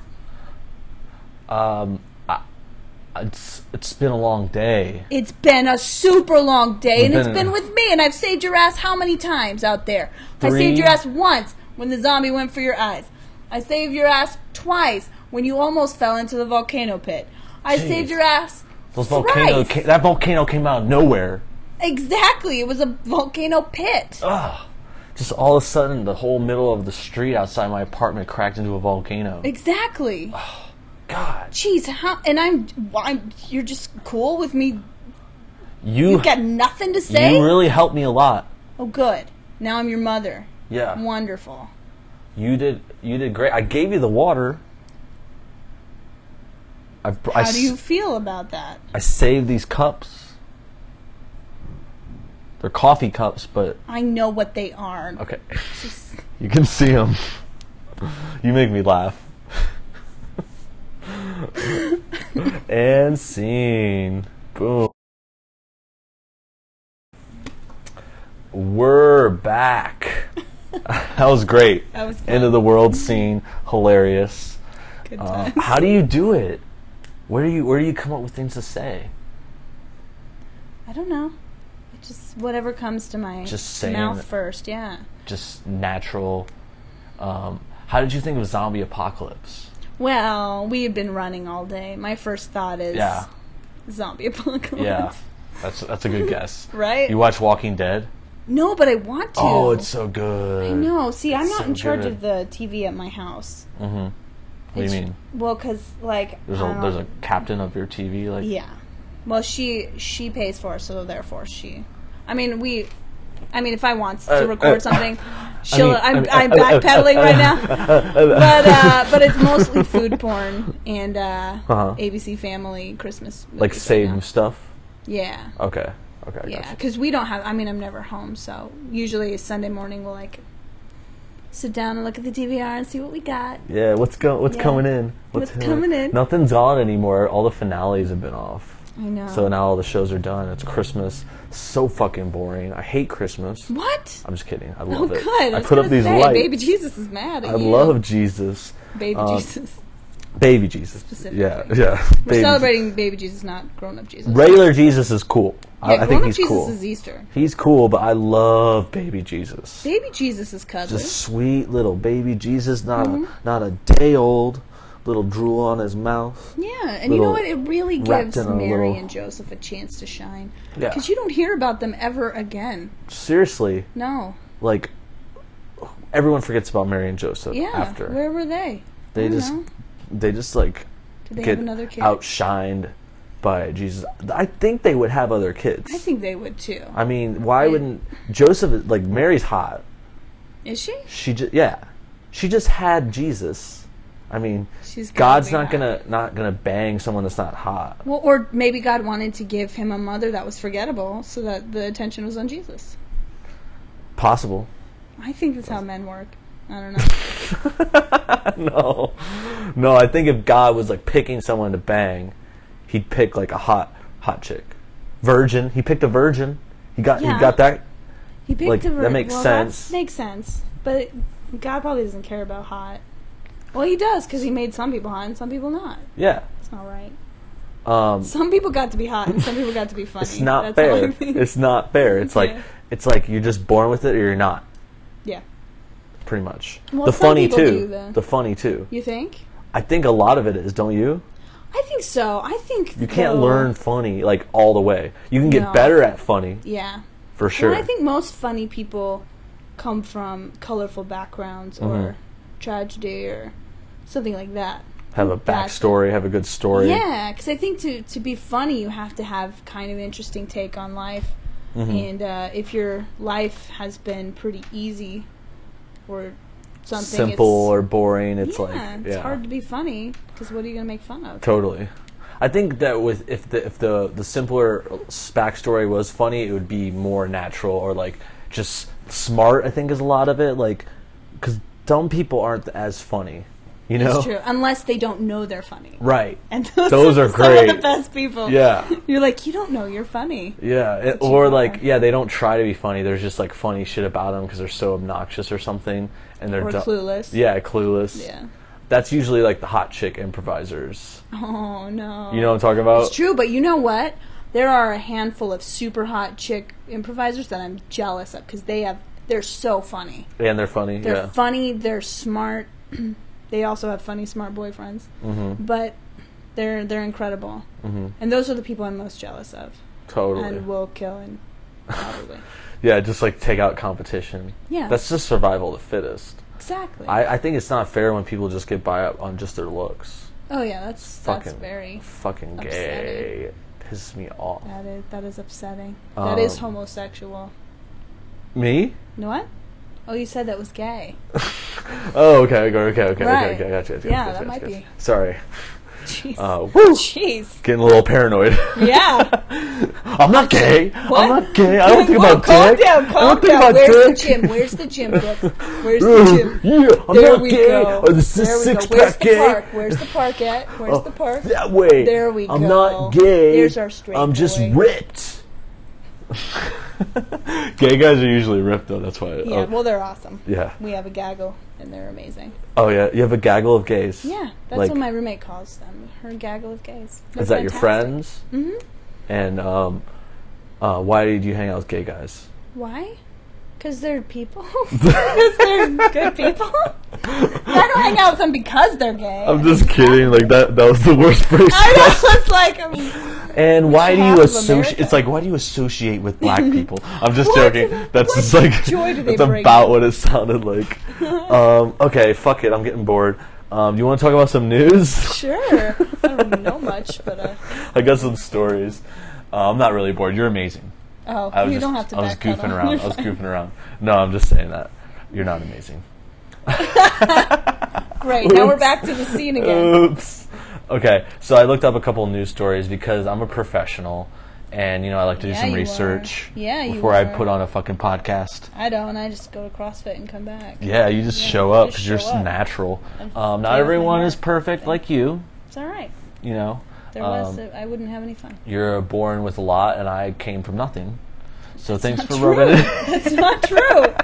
Speaker 1: It's it's been a long day.
Speaker 3: It's been a super long day, and
Speaker 1: Been
Speaker 3: it's
Speaker 1: a-
Speaker 3: been with me, and I've saved your ass how many times out there? I
Speaker 1: Three.
Speaker 3: saved your ass once when the zombie went for your eyes. I saved your ass twice when you almost fell into the volcano pit. I
Speaker 1: Jeez.
Speaker 3: saved your ass.
Speaker 1: Those volcano
Speaker 3: thrice.
Speaker 1: ca- that volcano came out of nowhere.
Speaker 3: Exactly. It was a volcano pit.
Speaker 1: Oh. Just all of a sudden, the whole middle of the street outside my apartment cracked into a volcano.
Speaker 3: Exactly.
Speaker 1: God,
Speaker 3: Jeez, how, and I'm, I'm, you're just cool with me.
Speaker 1: you
Speaker 3: You've got nothing to
Speaker 1: you
Speaker 3: say?
Speaker 1: really helped me a lot.
Speaker 3: oh, good. Now I'm your mother.
Speaker 1: Yeah,
Speaker 3: Wonderful.
Speaker 1: you did you did great. I gave you the water. I, br- I
Speaker 3: How
Speaker 1: s-
Speaker 3: do you feel about that?
Speaker 1: I saved these cups. They're coffee cups, but
Speaker 3: I know what they are.
Speaker 1: okay, you can see them. you make me laugh. and scene. Boom. We're back. that was great.
Speaker 3: That was good.
Speaker 1: End of the world scene. Hilarious.
Speaker 3: Good
Speaker 1: Uh,
Speaker 3: time.
Speaker 1: how do you do it? Where do you where do you come up with things to say?
Speaker 3: I don't know. It just whatever comes to my
Speaker 1: Just saying
Speaker 3: mouth
Speaker 1: it.
Speaker 3: first. Yeah.
Speaker 1: Just natural. Um, how did you think of zombie apocalypse?
Speaker 3: Well, we had been running all day. My first thought is
Speaker 1: Yeah,
Speaker 3: zombie apocalypse.
Speaker 1: yeah. That's that's a good guess.
Speaker 3: Right?
Speaker 1: You watch Walking Dead?
Speaker 3: No, but I want to.
Speaker 1: Oh, it's so good. I
Speaker 3: no. See, I'm
Speaker 1: It's
Speaker 3: not
Speaker 1: so
Speaker 3: in charge
Speaker 1: good.
Speaker 3: of the TV at my house.
Speaker 1: What do you mean?
Speaker 3: Well, because like
Speaker 1: Mm-hmm. There's
Speaker 3: I
Speaker 1: a
Speaker 3: don't-
Speaker 1: there's a captain of your TV like
Speaker 3: Um, yeah. Well, she she pays for it, so therefore she. I mean, we. I mean, if I want to
Speaker 1: Uh,
Speaker 3: record
Speaker 1: uh,
Speaker 3: something, she'll.
Speaker 1: mean,
Speaker 3: I am
Speaker 1: I mean,
Speaker 3: I'm
Speaker 1: uh, uh,
Speaker 3: backpedaling right now. but uh, but it's mostly food porn and uh,
Speaker 1: Uh-huh.
Speaker 3: ABC Family Christmas.
Speaker 1: like
Speaker 3: movies
Speaker 1: save
Speaker 3: right now.
Speaker 1: stuff.
Speaker 3: yeah,
Speaker 1: Okay. Okay. I
Speaker 3: yeah.
Speaker 1: gotcha.
Speaker 3: Because we don't have. I mean, I'm never home, so usually Sunday morning we'll like sit down and look at the DVR and see what we got.
Speaker 1: Yeah, what's go what's
Speaker 3: Yeah.
Speaker 1: coming in?
Speaker 3: What's
Speaker 1: hit-
Speaker 3: coming in?
Speaker 1: Nothing's on anymore. All the finales have been off.
Speaker 3: I know.
Speaker 1: So now all the shows are done. It's Christmas. So fucking boring. I hate Christmas.
Speaker 3: what?
Speaker 1: I'm just kidding. I
Speaker 3: Oh,
Speaker 1: love
Speaker 3: good.
Speaker 1: it.
Speaker 3: I,
Speaker 1: I
Speaker 3: was
Speaker 1: put up
Speaker 3: gonna
Speaker 1: these
Speaker 3: say,
Speaker 1: lights.
Speaker 3: Baby Jesus is mad at
Speaker 1: I
Speaker 3: you.
Speaker 1: love Jesus.
Speaker 3: Baby
Speaker 1: uh,
Speaker 3: Jesus.
Speaker 1: Baby Jesus.
Speaker 3: Specifically.
Speaker 1: Yeah, yeah.
Speaker 3: We're
Speaker 1: Baby
Speaker 3: celebrating baby Jesus, not grown up Jesus.
Speaker 1: Jesus. Regular Jesus is cool. I,
Speaker 3: Yeah,
Speaker 1: I
Speaker 3: grown
Speaker 1: think
Speaker 3: up
Speaker 1: he's
Speaker 3: Jesus
Speaker 1: cool.
Speaker 3: is Easter.
Speaker 1: he's cool, but I love baby Jesus.
Speaker 3: Baby Jesus is cuddly.
Speaker 1: Just sweet little baby Jesus, not
Speaker 3: Mm-hmm.
Speaker 1: a not a day old. Little drool on his mouth.
Speaker 3: Yeah, and you
Speaker 1: little
Speaker 3: know what? It really
Speaker 1: wrapped
Speaker 3: gives
Speaker 1: in a
Speaker 3: Mary
Speaker 1: little-
Speaker 3: and Joseph a chance to shine.
Speaker 1: Yeah.
Speaker 3: Because you don't hear about them ever again.
Speaker 1: Seriously,
Speaker 3: No.
Speaker 1: like everyone forgets about Mary and Joseph
Speaker 3: Yeah.
Speaker 1: after
Speaker 3: Where were they?
Speaker 1: they
Speaker 3: I don't
Speaker 1: just
Speaker 3: know.
Speaker 1: they just like
Speaker 3: Did they
Speaker 1: get
Speaker 3: have another kid?
Speaker 1: outshined by Jesus. I think they would have other kids.
Speaker 3: I think they would too.
Speaker 1: I mean, why
Speaker 3: Yeah.
Speaker 1: wouldn't Joseph? is- Like Mary's hot.
Speaker 3: Is she?
Speaker 1: She just yeah, she just had Jesus. I mean,
Speaker 3: She's gotta
Speaker 1: God's
Speaker 3: be
Speaker 1: not
Speaker 3: hot.
Speaker 1: gonna not gonna bang someone that's not hot.
Speaker 3: Well, or maybe God wanted to give him a mother that was forgettable so that the attention was on Jesus.
Speaker 1: Possible.
Speaker 3: I think that's how men work. I don't know.
Speaker 1: no, no. I think if God was like picking someone to bang, he'd pick like a hot, hot chick, virgin. He picked a virgin. He got
Speaker 3: Yeah.
Speaker 1: he got that.
Speaker 3: He picked
Speaker 1: Like,
Speaker 3: a
Speaker 1: that
Speaker 3: ver-
Speaker 1: makes
Speaker 3: well,
Speaker 1: sense.
Speaker 3: That makes sense. But God probably doesn't care about hot. Well, he does because he made some people hot and some people not.
Speaker 1: Yeah.
Speaker 3: It's not right.
Speaker 1: Um,
Speaker 3: Some people got to be hot and some people got to be funny.
Speaker 1: it's not
Speaker 3: That's all I
Speaker 1: fair.
Speaker 3: think.
Speaker 1: It's not fair. It's like
Speaker 3: Yeah.
Speaker 1: it's like you're just born with it or you're not.
Speaker 3: yeah.
Speaker 1: Pretty much.
Speaker 3: Well,
Speaker 1: the
Speaker 3: some
Speaker 1: funny
Speaker 3: people
Speaker 1: too.
Speaker 3: do, though.
Speaker 1: the funny too.
Speaker 3: You think?
Speaker 1: I think a lot of it is, don't you?
Speaker 3: I think so. I think
Speaker 1: You can't
Speaker 3: though-
Speaker 1: learn funny like all the way. You can get
Speaker 3: No.
Speaker 1: better at funny
Speaker 3: Yeah.
Speaker 1: for sure.
Speaker 3: Well, I think most funny people come from colorful backgrounds
Speaker 1: Mm-hmm.
Speaker 3: or tragedy or something like that.
Speaker 1: have a
Speaker 3: Back-
Speaker 1: backstory, have a good story.
Speaker 3: Yeah, because I think to to be funny, you have to have kind of interesting take on life,
Speaker 1: Mm-hmm.
Speaker 3: and uh, if your life has been pretty easy or something
Speaker 1: Simple or boring. It's
Speaker 3: it's, yeah,
Speaker 1: like
Speaker 3: it's hard to be funny because what are you gonna make fun of?
Speaker 1: Totally. I think that with if the if the the simpler backstory was funny, it would be more natural or like just smart. I think is a lot of it, like because dumb people aren't as funny, you know.
Speaker 3: It's true, unless they don't know they're funny.
Speaker 1: Right.
Speaker 3: And those,
Speaker 1: Those are
Speaker 3: some of the
Speaker 1: great.
Speaker 3: best people.
Speaker 1: Yeah.
Speaker 3: You're like, you don't know you're funny.
Speaker 1: Yeah, it-
Speaker 3: you
Speaker 1: or
Speaker 3: are.
Speaker 1: like yeah, they don't try to be funny. There's just like funny shit about them because they're so obnoxious or something, and they're
Speaker 3: Or
Speaker 1: du-
Speaker 3: clueless.
Speaker 1: Yeah, clueless.
Speaker 3: Yeah.
Speaker 1: that's usually like the hot chick improvisers.
Speaker 3: Oh no.
Speaker 1: You know what I'm talking about?
Speaker 3: It's true, but you know what? There are a handful of super hot chick improvisers that I'm jealous of because they have they're so funny.
Speaker 1: And they're funny.
Speaker 3: They're
Speaker 1: yeah,
Speaker 3: funny. They're smart. they also have funny, smart boyfriends.
Speaker 1: Mm-hmm.
Speaker 3: But they're they're incredible. And those are the people I'm most jealous of.
Speaker 1: totally.
Speaker 3: And will kill and probably.
Speaker 1: yeah, just like take out competition.
Speaker 3: Yeah.
Speaker 1: That's just survival of the fittest.
Speaker 3: exactly.
Speaker 1: I, I think it's not fair when people just get by up on just their looks.
Speaker 3: oh yeah, that's that's
Speaker 1: fucking
Speaker 3: very
Speaker 1: fucking gay. Pisses me off.
Speaker 3: that is that is upsetting. that is
Speaker 1: Um,
Speaker 3: homosexual.
Speaker 1: Me?
Speaker 3: You know what? Oh, you said that was gay.
Speaker 1: Oh, okay, okay, okay, okay,
Speaker 3: Right.
Speaker 1: okay, okay. Gotcha, gotcha,
Speaker 3: Yeah,
Speaker 1: gotcha,
Speaker 3: that
Speaker 1: gotcha,
Speaker 3: might
Speaker 1: gotcha.
Speaker 3: be.
Speaker 1: Sorry.
Speaker 3: Jeez.
Speaker 1: Uh, woo!
Speaker 3: Jeez.
Speaker 1: Getting a little paranoid.
Speaker 3: Yeah.
Speaker 1: I'm not gay.
Speaker 3: What?
Speaker 1: I'm not gay. I don't think
Speaker 3: Whoa,
Speaker 1: about
Speaker 3: calm
Speaker 1: dick.
Speaker 3: Down,
Speaker 1: I
Speaker 3: calm
Speaker 1: don't think
Speaker 3: down.
Speaker 1: about
Speaker 3: Where's
Speaker 1: dick.
Speaker 3: the gym? Where's the gym, Brooke? Where's the
Speaker 1: Ooh,
Speaker 3: gym?
Speaker 1: yeah, I'm
Speaker 3: There
Speaker 1: not
Speaker 3: we
Speaker 1: gay.
Speaker 3: go.
Speaker 1: Oh, this is
Speaker 3: there we
Speaker 1: six
Speaker 3: go. Where's
Speaker 1: pack
Speaker 3: the
Speaker 1: gay.
Speaker 3: park? Where's the park at? Where's
Speaker 1: Oh,
Speaker 3: the park?
Speaker 1: That way.
Speaker 3: There we
Speaker 1: I'm
Speaker 3: go.
Speaker 1: not gay.
Speaker 3: There's our straight
Speaker 1: I'm just
Speaker 3: boy.
Speaker 1: ripped. gay guys are usually ripped though. That's why.
Speaker 3: Yeah,
Speaker 1: oh,
Speaker 3: well, they're awesome.
Speaker 1: yeah.
Speaker 3: We have a gaggle, and they're amazing.
Speaker 1: Oh yeah. You have a gaggle of gays.
Speaker 3: Yeah, that's
Speaker 1: Like-
Speaker 3: what my roommate calls them. Her gaggle of gays. They're
Speaker 1: Is that your
Speaker 3: fantastic.
Speaker 1: friends? Mm-hmm. And um, uh, why do you hang out with gay guys?
Speaker 3: Why? Because they're people. Because they're good people. I don't hang out with them because they're gay.
Speaker 1: I'm just kidding. Like that. That was the worst phrase.
Speaker 3: I was just like, I mean,
Speaker 1: And why do
Speaker 3: half
Speaker 1: you
Speaker 3: of
Speaker 1: associate?
Speaker 3: America.
Speaker 1: It's like why do you associate with black people? I'm just
Speaker 3: What
Speaker 1: joking.
Speaker 3: do they-
Speaker 1: That's
Speaker 3: what
Speaker 1: just like
Speaker 3: joy do they
Speaker 1: that's
Speaker 3: bring?
Speaker 1: about what it sounded like. um, okay, fuck it. I'm getting bored. Um, do you want to talk about some news?
Speaker 3: sure. I don't know much, but uh,
Speaker 1: I got some stories. Uh, I'm not really bored. You're amazing.
Speaker 3: oh,
Speaker 1: I
Speaker 3: you
Speaker 1: was just,
Speaker 3: don't have to.
Speaker 1: I was
Speaker 3: backpedal.
Speaker 1: goofing around.
Speaker 3: You're
Speaker 1: I was
Speaker 3: fine.
Speaker 1: goofing around. No, I'm just saying that. You're not amazing.
Speaker 3: Great. Now we're back to the scene again.
Speaker 1: Oops. Okay, so I looked up a couple news stories because I'm a professional, and you know I like to do
Speaker 3: Yeah,
Speaker 1: some
Speaker 3: you are.
Speaker 1: research
Speaker 3: Yeah, you
Speaker 1: before I
Speaker 3: are.
Speaker 1: put on a fucking podcast.
Speaker 3: I don't. I just go to CrossFit and come back.
Speaker 1: Yeah, you just
Speaker 3: Yeah,
Speaker 1: show
Speaker 3: you
Speaker 1: up
Speaker 3: just
Speaker 1: because you're
Speaker 3: show
Speaker 1: just
Speaker 3: up.
Speaker 1: natural.
Speaker 3: I'm
Speaker 1: Um,
Speaker 3: doing my
Speaker 1: not everyone is
Speaker 3: work.
Speaker 1: perfect like you.
Speaker 3: It's all right.
Speaker 1: You know,
Speaker 3: There was.
Speaker 1: Um,
Speaker 3: A, I wouldn't have any fun.
Speaker 1: you're born with a lot, and I came from nothing. So thanks
Speaker 3: not
Speaker 1: for
Speaker 3: true.
Speaker 1: rubbing it.
Speaker 3: That's not true.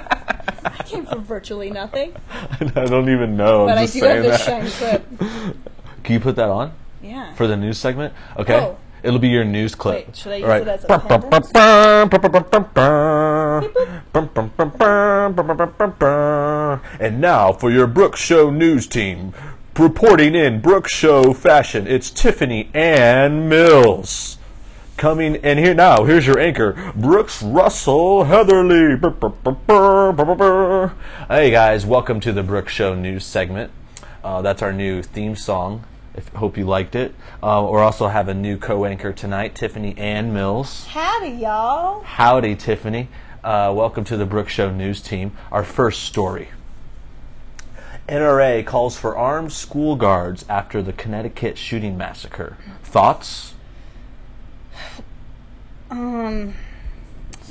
Speaker 3: I came from virtually nothing,
Speaker 1: I don't even know.
Speaker 3: but
Speaker 1: I'm
Speaker 3: I
Speaker 1: just
Speaker 3: do
Speaker 1: saying
Speaker 3: have this
Speaker 1: that.
Speaker 3: shiny clip.
Speaker 1: Can you put that on
Speaker 3: Yeah.
Speaker 1: for the news segment? Okay.
Speaker 3: Oh.
Speaker 1: It'll be your news clip.
Speaker 3: Wait, should I use
Speaker 1: All right.
Speaker 3: it as a
Speaker 1: And now for your Brooke Show news team. Reporting in Brooke Show fashion, it's Tiffany Ann Mills. Coming and here now, here's your anchor, Brooks Russell Heatherly. Hey guys, welcome to the Brooks Show news segment. Uh, that's our new theme song. If, hope you liked it. Uh, we also have a new co-anchor tonight, Tiffany Ann Mills.
Speaker 3: Howdy, y'all.
Speaker 1: Howdy, Tiffany. Uh, welcome to the Brooks Show news team. Our first story. NRA calls for armed school guards after the Connecticut shooting massacre. Thoughts?
Speaker 3: Um,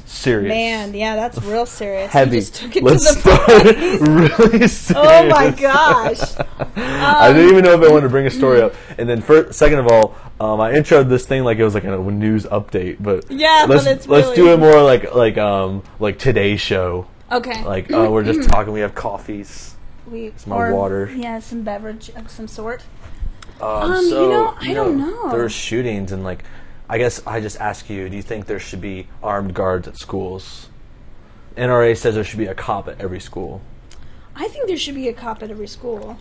Speaker 1: Serious.
Speaker 3: man, yeah, that's real serious. You
Speaker 1: heavy.
Speaker 3: just took it
Speaker 1: Let's
Speaker 3: to the
Speaker 1: start really serious.
Speaker 3: Oh my gosh.
Speaker 1: I didn't
Speaker 3: Um,
Speaker 1: even know if I wanted to bring a
Speaker 3: mm.
Speaker 1: story up. And then, first, second of all, um, I introed this thing like it was like a news update, but
Speaker 3: Yeah, but
Speaker 1: let's
Speaker 3: it's
Speaker 1: let's
Speaker 3: really-
Speaker 1: do it more like like um like Today Show.
Speaker 3: Um, Okay.
Speaker 1: Like oh, we're
Speaker 3: Mm-hmm.
Speaker 1: just talking. We have coffees.
Speaker 3: we,
Speaker 1: my water.
Speaker 3: Yeah, some beverage of some sort.
Speaker 1: Um,
Speaker 3: Um, you
Speaker 1: so,
Speaker 3: know, I don't know.
Speaker 1: There's shootings and like, I guess I just ask you: Do you think there should be armed guards at schools? NRA says there should be a cop at every school.
Speaker 3: I think there should be a cop at every school.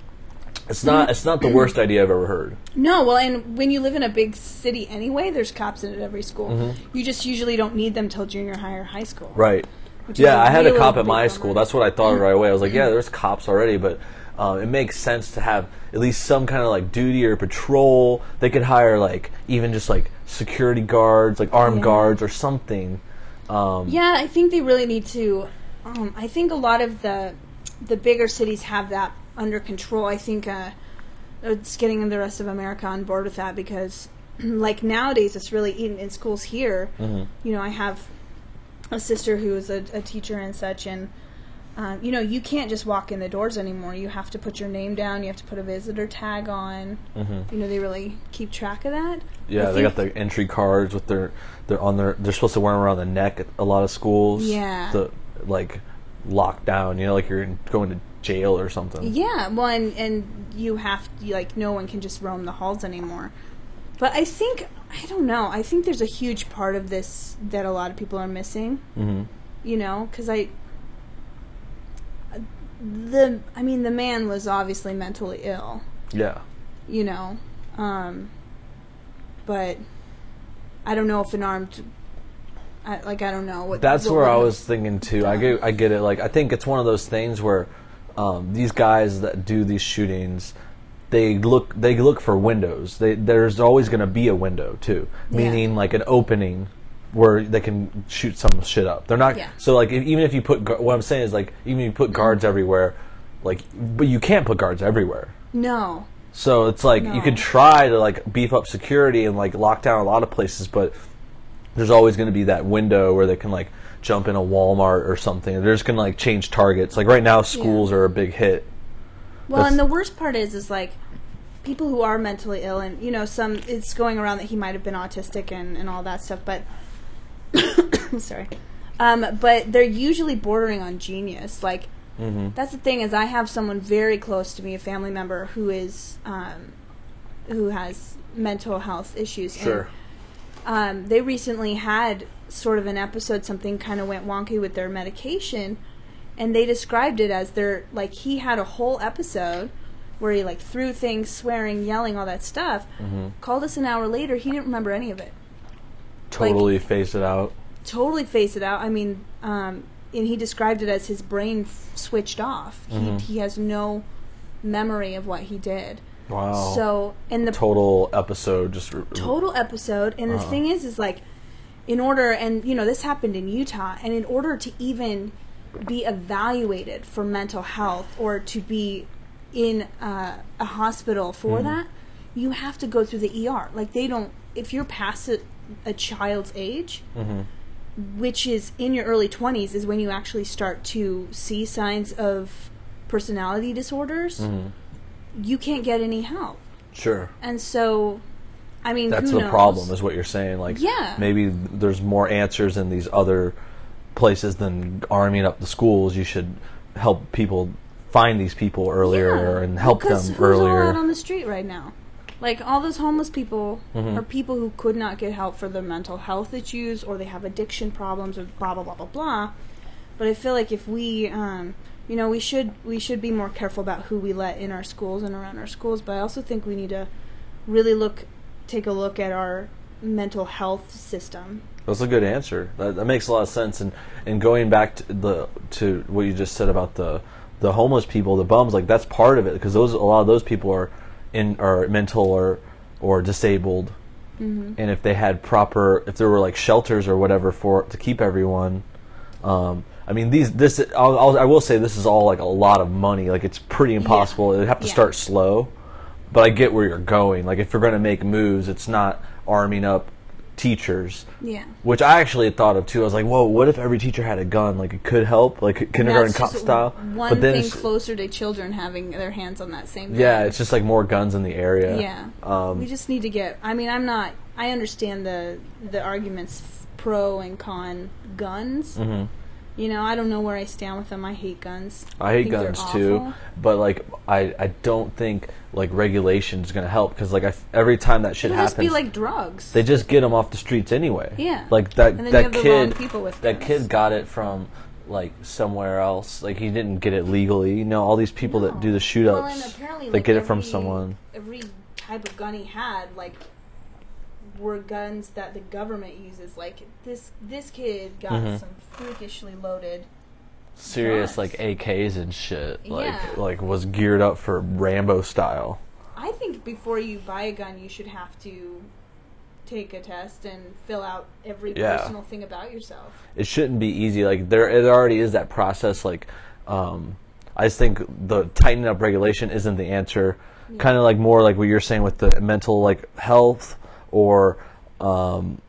Speaker 1: It's
Speaker 3: Mm-hmm.
Speaker 1: not. It's not the worst idea I've ever heard.
Speaker 3: No, well, and when you live in a big city anyway, there's cops in at every school. You just usually don't need them till junior high or high school.
Speaker 1: Mm-hmm. Right.
Speaker 3: Which is
Speaker 1: Yeah,
Speaker 3: a
Speaker 1: I had a
Speaker 3: really
Speaker 1: cop at
Speaker 3: big
Speaker 1: my
Speaker 3: bummer.
Speaker 1: school. That's what I thought right away. I was like, yeah, there's cops already, but um, it makes sense to have at least some kind of like duty or patrol. They could hire like even just like security guards, like armed
Speaker 3: Yeah.
Speaker 1: guards or something. Um,
Speaker 3: Yeah, I think they really need to. Um, I think a lot of the the bigger cities have that under control. I think uh, it's getting the rest of America on board with that because like nowadays it's really in, in schools here
Speaker 1: Mm-hmm.
Speaker 3: you know i have a sister who is a, a teacher and such and um, you know you can't just walk in the doors anymore you have to put your name down you have to put a visitor tag on you know they really keep track of that
Speaker 1: Mm-hmm. Yeah,
Speaker 3: I
Speaker 1: they got
Speaker 3: think-
Speaker 1: the entry cards with their they're on their they're supposed to wear them around the neck at a lot of schools.
Speaker 3: Yeah.
Speaker 1: The like lockdown, you know, like you're in- going to jail or something.
Speaker 3: yeah well and, and you have you, like no one can just roam the halls anymore but i think i don't know i think there's a huge part of this that a lot of people are missing
Speaker 1: hmm
Speaker 3: you know because i the i mean the man was obviously mentally ill
Speaker 1: Yeah.
Speaker 3: you know um but i don't know if an armed I, like i don't know what
Speaker 1: That's
Speaker 3: what
Speaker 1: where I
Speaker 3: would-
Speaker 1: was thinking too. I get, I get it. Like, I think it's one of those things where um, these guys that do these shootings, they look, they look for windows. They, there's always going to be a window too, meaning like an opening where they can shoot some shit up. They're not.
Speaker 3: Yeah.
Speaker 1: So like, if, even if you put, gu- what I'm saying is like, even if you put guards everywhere, like, but you can't put guards everywhere.
Speaker 3: no
Speaker 1: So it's like you could
Speaker 3: No.
Speaker 1: try to like beef up security and like lock down a lot of places, but there's always going to be that window where they can like jump in a Walmart or something. They're just going to like change targets. Like right now, schools are a big hit.
Speaker 3: Well,
Speaker 1: That's-
Speaker 3: and the worst part is, is like people who are mentally ill, and you know, some it's going around that he might have been autistic and and all that stuff. But sorry, um, but they're usually bordering on genius. Like that's the thing is, I have someone very close to me, a family member who is um, who has mental health issues. and um, they recently had sort of an episode something kind of went wonky with their medication and they described it as their like he had a whole episode where he like threw things swearing yelling all that stuff called us an hour later he didn't remember any of it
Speaker 1: totally phase it out.
Speaker 3: totally phase it out i mean um, and he described it as his brain f- switched off he, he has no memory of what he did
Speaker 1: Wow.
Speaker 3: so and the
Speaker 1: total episode just r-
Speaker 3: total episode and the thing is is like in order and you know this happened in utah and in order to even be evaluated for mental health or to be in uh, a hospital for that you have to go through the er like they don't if you're past a, a child's age which is in your early 20s is when you actually start to see signs of personality disorders you can't get any help
Speaker 1: sure.
Speaker 3: and so i mean
Speaker 1: That's
Speaker 3: who
Speaker 1: the
Speaker 3: knows?
Speaker 1: problem, is what you're saying. Like,
Speaker 3: Yeah.
Speaker 1: maybe there's more answers in these other places than arming up the schools. You should help people find these people earlier
Speaker 3: Yeah,
Speaker 1: and help
Speaker 3: because
Speaker 1: them
Speaker 3: who's
Speaker 1: earlier.
Speaker 3: all out on the street right now? Like all those homeless people
Speaker 1: Mm-hmm.
Speaker 3: are people who could not get help for their mental health issues, or they have addiction problems, or blah blah blah blah blah. But I feel like if we, um, you know, we should we should be more careful about who we let in our schools and around our schools. But I also think we need to really look, take a look at our mental health system.
Speaker 1: That's a good answer. That, that makes a lot of sense. And and going back to the to what you just said about the the homeless people, the bums, like that's part of it because those a lot of those people are in are mental or or disabled.
Speaker 3: Mm-hmm.
Speaker 1: And if they had proper, if there were like shelters or whatever for to keep everyone, um, I mean these this I'll, I'll, I will say this is all like a lot of money. Like it's pretty impossible. It'd have to
Speaker 3: Yeah.
Speaker 1: start slow but I get where you're going. Like if you're going to make moves, it's not arming up teachers.
Speaker 3: Yeah.
Speaker 1: Which I actually thought of too. I was like, whoa, what if every teacher had a gun? Like it could help, like kindergarten
Speaker 3: That's
Speaker 1: cop
Speaker 3: just
Speaker 1: style.
Speaker 3: One
Speaker 1: but then
Speaker 3: thing
Speaker 1: it's,
Speaker 3: closer to children having their hands on that same.
Speaker 1: yeah,
Speaker 3: gun.
Speaker 1: it's just like more guns in the area.
Speaker 3: Yeah.
Speaker 1: Um,
Speaker 3: we just need to get. I mean, I'm not. I understand the the arguments f- pro and con guns. You know, I don't know where I stand with them. I hate guns.
Speaker 1: Mm-hmm. I hate
Speaker 3: think they're
Speaker 1: guns too,
Speaker 3: awful.
Speaker 1: but like I, I don't think like regulation is going to help because like I f every time that shit
Speaker 3: It'll
Speaker 1: happens,
Speaker 3: just be like drugs.
Speaker 1: they just get them off the streets anyway.
Speaker 3: Yeah.
Speaker 1: Like that
Speaker 3: And then you
Speaker 1: that
Speaker 3: have the
Speaker 1: kid
Speaker 3: wrong people with
Speaker 1: that
Speaker 3: guns.
Speaker 1: kid got it from like somewhere else. Like he didn't get it legally. You know all these people that do the shootouts.
Speaker 3: well, and apparently,
Speaker 1: they
Speaker 3: like,
Speaker 1: get it from
Speaker 3: every-
Speaker 1: someone.
Speaker 3: Every type of gun he had, like, were guns that the government uses. Like this, this kid got some freakishly loaded.
Speaker 1: Serious
Speaker 3: Yes.
Speaker 1: like AKs and shit. Like
Speaker 3: Yeah.
Speaker 1: like was geared up for Rambo style.
Speaker 3: I think before you buy a gun, you should have to take a test and fill out every
Speaker 1: Yeah.
Speaker 3: personal thing about yourself.
Speaker 1: it shouldn't be easy. Like there, it already is that process. Like, um, I just think the tightening up regulation isn't the answer. Kind of like more like what you're saying with the mental like health or um,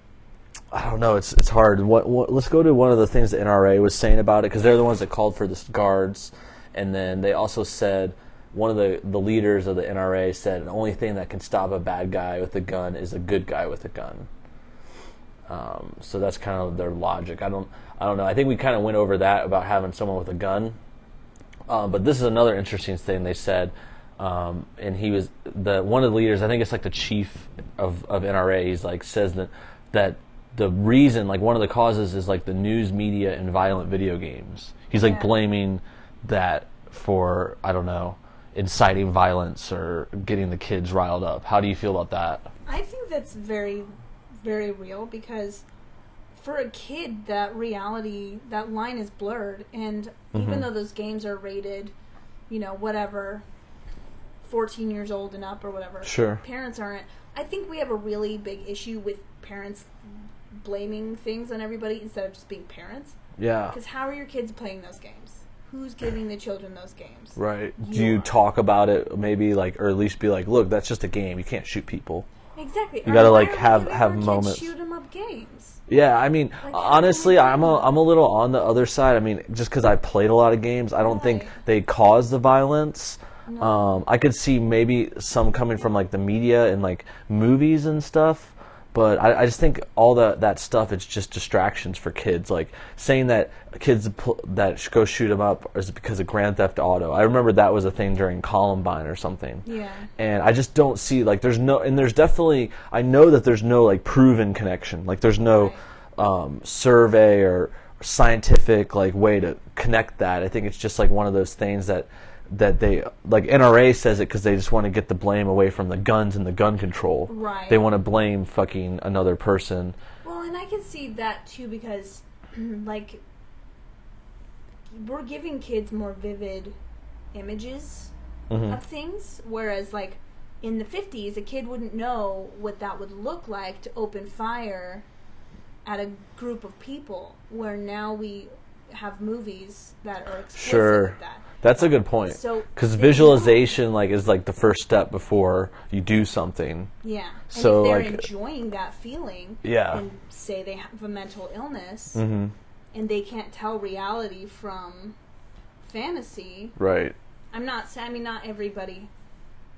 Speaker 1: I don't know. It's it's hard. What, what let's go to one of the things the NRA was saying about it because they're the ones that called for the guards, and then they also said one of the the leaders of the NRA said the only thing that can stop a bad guy with a gun is a good guy with a gun. Um, so that's kind of their logic. I don't I don't know. I think we kind of went over that about having someone with a gun, uh, but this is another interesting thing they said. Um, and he was the one of the leaders. I think it's like the chief of of NRA. He's like says that that the reason, like one of the causes, is like the news media and violent video games. He's like
Speaker 3: Yeah.
Speaker 1: blaming that for I don't know inciting violence or getting the kids riled up. How do you feel about that?
Speaker 3: I think that's very, very real because for a kid, that reality, that line is blurred. And
Speaker 1: Mm-hmm.
Speaker 3: even though those games are rated, you know, whatever, 14 years old and up or whatever,
Speaker 1: Sure.
Speaker 3: parents aren't. I think we have a really big issue with parents blaming things on everybody instead of just being parents.
Speaker 1: Yeah.
Speaker 3: Because how are your kids playing those games? Who's giving the children those games?
Speaker 1: Right. Do
Speaker 3: You
Speaker 1: you
Speaker 3: are.
Speaker 1: talk about it maybe like or at least be like, look, that's just a game. You can't shoot people.
Speaker 3: Exactly.
Speaker 1: You gotta,
Speaker 3: Or why
Speaker 1: like,
Speaker 3: are we
Speaker 1: have-
Speaker 3: giving
Speaker 1: have
Speaker 3: our kids
Speaker 1: moments.
Speaker 3: Shoot 'em up games.
Speaker 1: Yeah, I mean, uh,
Speaker 3: Like,
Speaker 1: honestly,
Speaker 3: how do you
Speaker 1: I'm
Speaker 3: do
Speaker 1: a
Speaker 3: that?
Speaker 1: I'm a little on the other side. I mean, just because I played a lot of games, I don't think
Speaker 3: Right.
Speaker 1: they cause the violence. Um, I could see maybe some coming from like the media and like movies and stuff, but I, I just think all that that stuff it's just distractions for kids. Like saying that kids pl- that sh- go shoot them up is because of Grand Theft Auto. I remember that was a thing during Columbine or something
Speaker 3: Yeah.
Speaker 1: and I just don't see like there's no and there's definitely I know that there's no like proven connection like there's no um, survey or scientific like way to connect that I think it's just like one of those things that that they like NRA says it because they just want to get the blame away from the guns and the gun control
Speaker 3: Right.
Speaker 1: they want to blame fucking another person
Speaker 3: Well, and I can see that too because, like, we're giving kids more vivid images
Speaker 1: Mm-hmm. Hmm.
Speaker 3: of things, whereas, like, in the 50s, a kid wouldn't know what that would look like to open fire at a group of people, where now we have movies that are explicit
Speaker 1: Sure.
Speaker 3: with that.
Speaker 1: that's a good point
Speaker 3: So-
Speaker 1: because visualization like is like the first step before you do something
Speaker 3: Yeah. And
Speaker 1: So,
Speaker 3: if they're
Speaker 1: like-
Speaker 3: enjoying that feeling,
Speaker 1: Yeah. Mm-hmm.
Speaker 3: and say they have a mental illness, and they can't tell reality from fantasy.
Speaker 1: right
Speaker 3: I'm not. sa- I mean, not everybody.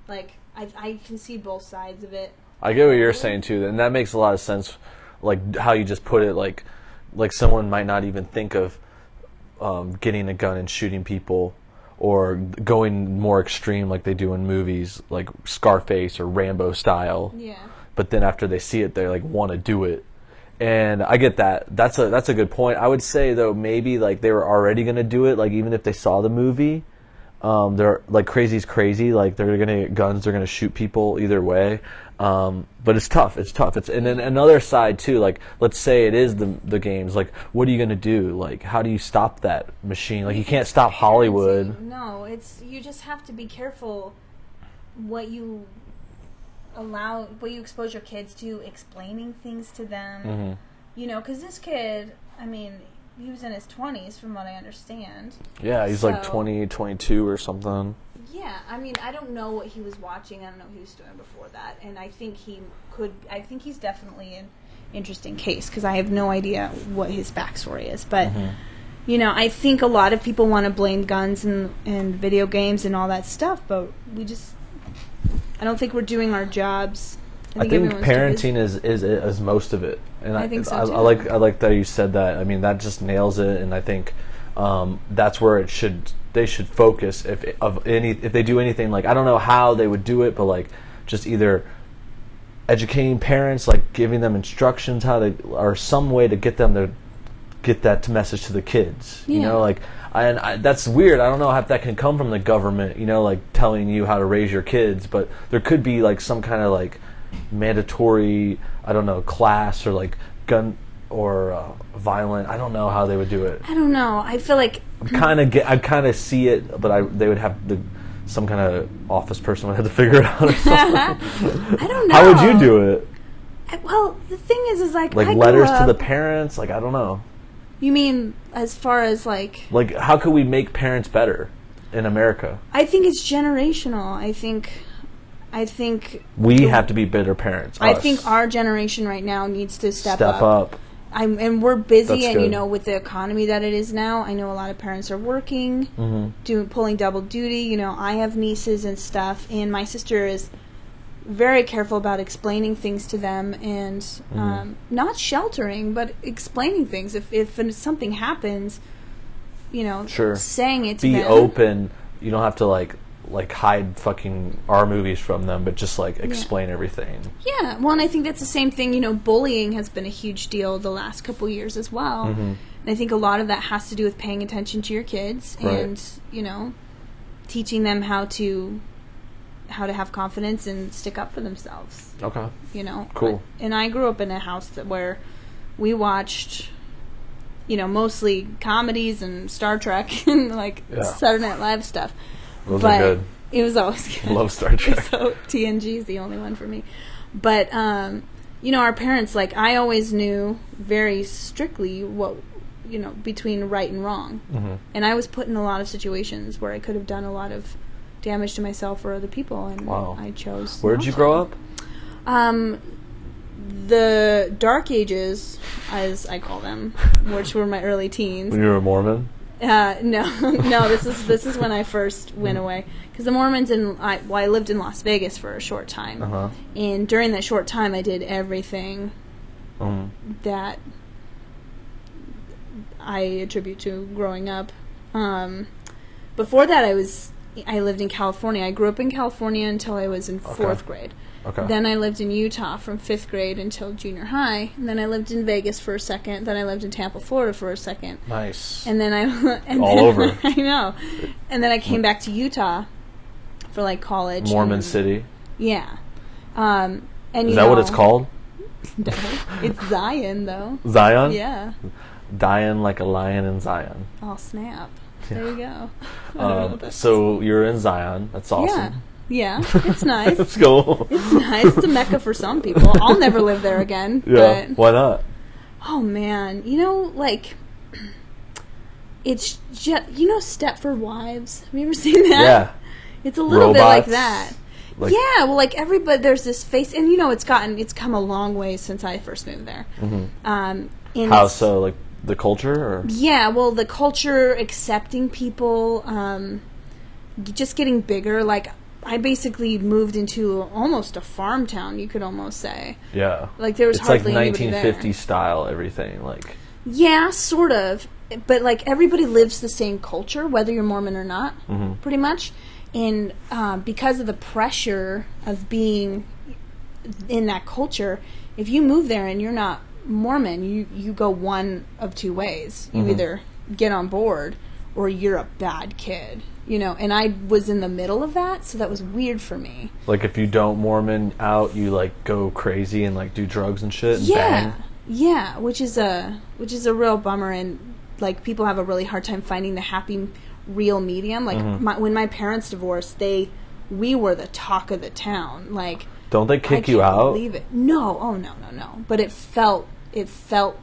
Speaker 3: Like I, I can see both sides of it.
Speaker 1: I get what you're saying too, and that makes a lot of sense. Like how you just put it, like like someone might not even think of um, getting a gun and shooting people, or going more extreme like they do in movies, like Scarface or Rambo style.
Speaker 3: Yeah.
Speaker 1: But then after they see it, they like want to do it, and I get that. That's a that's a good point. I would say though maybe like they were already gonna do it, like even if they saw the movie. Um, they're like crazy's crazy. Like they're gonna get guns. They're gonna shoot people either way. Um, but it's tough. It's tough. It's and then another side too. Like let's say it is the the games. Like what are you gonna do? Like how do you stop that machine? Like you can't stop Hollywood.
Speaker 3: No, it's you just have to be careful what you allow, what you expose your kids to, explaining things to them.
Speaker 1: Mm-hmm.
Speaker 3: You know, because this kid, I mean, he was in his twenties, from what I understand.
Speaker 1: Yeah, he's like
Speaker 3: So-
Speaker 1: 20, 22 or something.
Speaker 3: Yeah, I mean, I don't know what he was watching. I don't know what he was doing before that, and I think he could. I think he's definitely an interesting case because I have no idea what his backstory is. But
Speaker 1: Mm-hmm.
Speaker 3: you know, I think a lot of people want to blame guns and and video games and all that stuff, but we just, I don't think we're doing our jobs.
Speaker 1: I think
Speaker 3: everyone's too busy.
Speaker 1: parenting is, is is most of it, and I,
Speaker 3: I think so,
Speaker 1: I,
Speaker 3: too.
Speaker 1: like I like that you said that. I mean, that just nails it, and I think um, that's where it should they should focus if of any if they do anything like I don't know how they would do it, but like just either educating parents, like giving them instructions how they or some way to get them to get that message to the kids. You
Speaker 3: Yeah.
Speaker 1: know, like and I, that's weird. I don't know if that can come from the government. You know, like telling you how to raise your kids, but there could be like some kind of like mandatory, I don't know, class or like gun or uh, violent. I don't know how they would do it.
Speaker 3: I don't know. I feel like
Speaker 1: Kind of get, I kind of see it, but I they would have the some kind of office person would have to figure it out or something.
Speaker 3: I don't know.
Speaker 1: How would you do it?
Speaker 3: I, well, the thing is, is like
Speaker 1: Like
Speaker 3: I grew
Speaker 1: letters to
Speaker 3: up-
Speaker 1: the parents? Like I don't know.
Speaker 3: You mean as far as like
Speaker 1: Like how could we make parents better in America?
Speaker 3: I think it's generational. I think I think
Speaker 1: We have to be better parents.
Speaker 3: I
Speaker 1: us.
Speaker 3: think our generation right now needs to step,
Speaker 1: step up.
Speaker 3: I'm, and we're busy,
Speaker 1: That's
Speaker 3: and you
Speaker 1: good.
Speaker 3: know, with the economy that it is now, I know a lot of parents are working,
Speaker 1: Mm-hmm.
Speaker 3: doing pulling double duty. You know, I have nieces and stuff, and my sister is very careful about explaining things to them and
Speaker 1: Mm-hmm.
Speaker 3: um, not sheltering, but explaining things. If if something happens, you know,
Speaker 1: Sure.
Speaker 3: saying it to
Speaker 1: Be
Speaker 3: them.
Speaker 1: open. You don't have to like like hide fucking our movies from them, but just like explain everything.
Speaker 3: Yeah, well, and I think that's the same thing. You know, bullying has been a huge deal the last couple years as well,
Speaker 1: Mm-hmm.
Speaker 3: and I think a lot of that has to do with paying attention to your kids
Speaker 1: Right.
Speaker 3: and you know, teaching them how to how to have confidence and stick up for themselves.
Speaker 1: Okay.
Speaker 3: You know,
Speaker 1: Cool.
Speaker 3: And I grew up in a house that where we watched, you know, mostly comedies and Star Trek and like
Speaker 1: Yeah.
Speaker 3: Saturday Night Live stuff.
Speaker 1: Those
Speaker 3: but
Speaker 1: are good.
Speaker 3: It was always good
Speaker 1: Love Star Trek.
Speaker 3: so TNG is the only one for me. But um, you know, our parents like I always knew very strictly what you know between right and wrong,
Speaker 1: Mhm.
Speaker 3: and I was put in a lot of situations where I could have done a lot of damage to myself or other people, and
Speaker 1: Wow.
Speaker 3: I chose.
Speaker 1: Where'd
Speaker 3: not
Speaker 1: you
Speaker 3: to.
Speaker 1: grow up?
Speaker 3: Um, the dark ages, as I call them, which were my early teens.
Speaker 1: When you were a Mormon?
Speaker 3: Uh, no, no. This is this is when I first
Speaker 1: Mm.
Speaker 3: went away because the Mormons and I. Well, I lived in Las Vegas for a short time,
Speaker 1: Uh-huh.
Speaker 3: and during that short time, I did everything
Speaker 1: Um,
Speaker 3: that I attribute to growing up. Um, before that, I was I lived in California. I grew up in California until I was in fourth grade.
Speaker 1: okay.
Speaker 3: Then I lived in Utah from fifth grade until junior high. And then I lived in Vegas for a second. Then I lived in Tampa, Florida for a second.
Speaker 1: nice.
Speaker 3: And then I and
Speaker 1: All
Speaker 3: then-
Speaker 1: over.
Speaker 3: I know. And then I came back to Utah for like college.
Speaker 1: Mormon
Speaker 3: and-
Speaker 1: City.
Speaker 3: Yeah. Um, and
Speaker 1: Is
Speaker 3: you
Speaker 1: that what
Speaker 3: know-
Speaker 1: it's called?
Speaker 3: No. it's Zion though.
Speaker 1: Zion?
Speaker 3: Yeah.
Speaker 1: Dying like a lion in Zion.
Speaker 3: I'll snap. There you go. I don't know what
Speaker 1: Um,
Speaker 3: that-
Speaker 1: so you're in Zion. That's
Speaker 3: yeah.
Speaker 1: awesome.
Speaker 3: Yeah. It's nice.
Speaker 1: Let's go.
Speaker 3: it's nice. It's a mecca for some people. I'll never live there again.
Speaker 1: yeah.
Speaker 3: But
Speaker 1: Why not?
Speaker 3: oh man, you know like it's just you know Stepford Wives. Have you ever seen that?
Speaker 1: Yeah.
Speaker 3: It's a little bit like
Speaker 1: Robots,
Speaker 3: that.
Speaker 1: like-
Speaker 3: yeah, well, like everybody, there's this face, and you know, it's gotten, it's come a long way since I first moved there.
Speaker 1: mm-hmm.
Speaker 3: Um, and
Speaker 1: How
Speaker 3: it's-
Speaker 1: so? Like the culture, or
Speaker 3: Yeah, well, the culture, accepting people, um, just getting bigger. Like, I basically moved into almost a farm town, you could almost say.
Speaker 1: yeah,
Speaker 3: Like, there was
Speaker 1: it's like
Speaker 3: hardly anybody there.
Speaker 1: 1950s style. Everything like
Speaker 3: Yeah, sort of. But like everybody lives the same culture, whether you're Mormon or not, pretty much. And um, because of the pressure of being in that culture, if you move there and you're not Mormon, you you go one of two ways. You either get on board or you're a bad kid, you know. And I was in the middle of that, so that was weird for me.
Speaker 1: like if you don't Mormon out, you like go crazy and like do drugs and shit and
Speaker 3: yeah
Speaker 1: bang.
Speaker 3: yeah which is a which is a real bummer and like people have a really hard time finding the happy real medium like
Speaker 1: Mm-hmm.
Speaker 3: my, when my parents divorced they we were the talk of the town like
Speaker 1: Don't they
Speaker 3: I
Speaker 1: kick you
Speaker 3: can't
Speaker 1: out?
Speaker 3: believe it no oh no no no but it felt it felt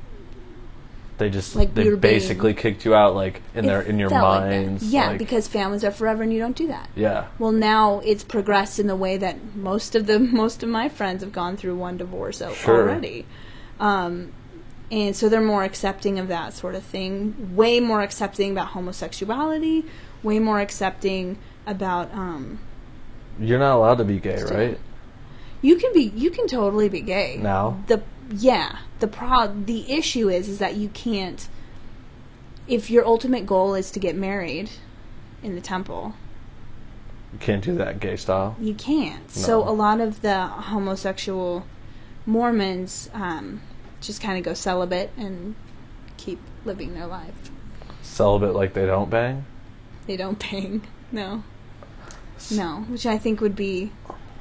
Speaker 1: They just
Speaker 3: Like,
Speaker 1: they
Speaker 3: you're being-
Speaker 1: basically kicked you out like in
Speaker 3: it
Speaker 1: their in your
Speaker 3: felt like that.
Speaker 1: minds.
Speaker 3: yeah
Speaker 1: like-
Speaker 3: because families are forever and you don't do that
Speaker 1: yeah,
Speaker 3: well now it's progressed in the way that most of the most of my friends have gone through one divorce al-
Speaker 1: Sure.
Speaker 3: already um, and so they're more accepting of that sort of thing way more accepting about homosexuality way more accepting about um,
Speaker 1: you're not allowed to be gay, right?
Speaker 3: you can be you can totally be gay
Speaker 1: Now?
Speaker 3: the yeah the pro the issue is is that you can't if your ultimate goal is to get married in the temple
Speaker 1: You can't do that gay style.
Speaker 3: You can't. So
Speaker 1: No.
Speaker 3: a lot of the homosexual Mormons um, just kind of go celibate and keep living their life.
Speaker 1: Celibate like they don't bang.
Speaker 3: They don't bang. No. No, which I think would be.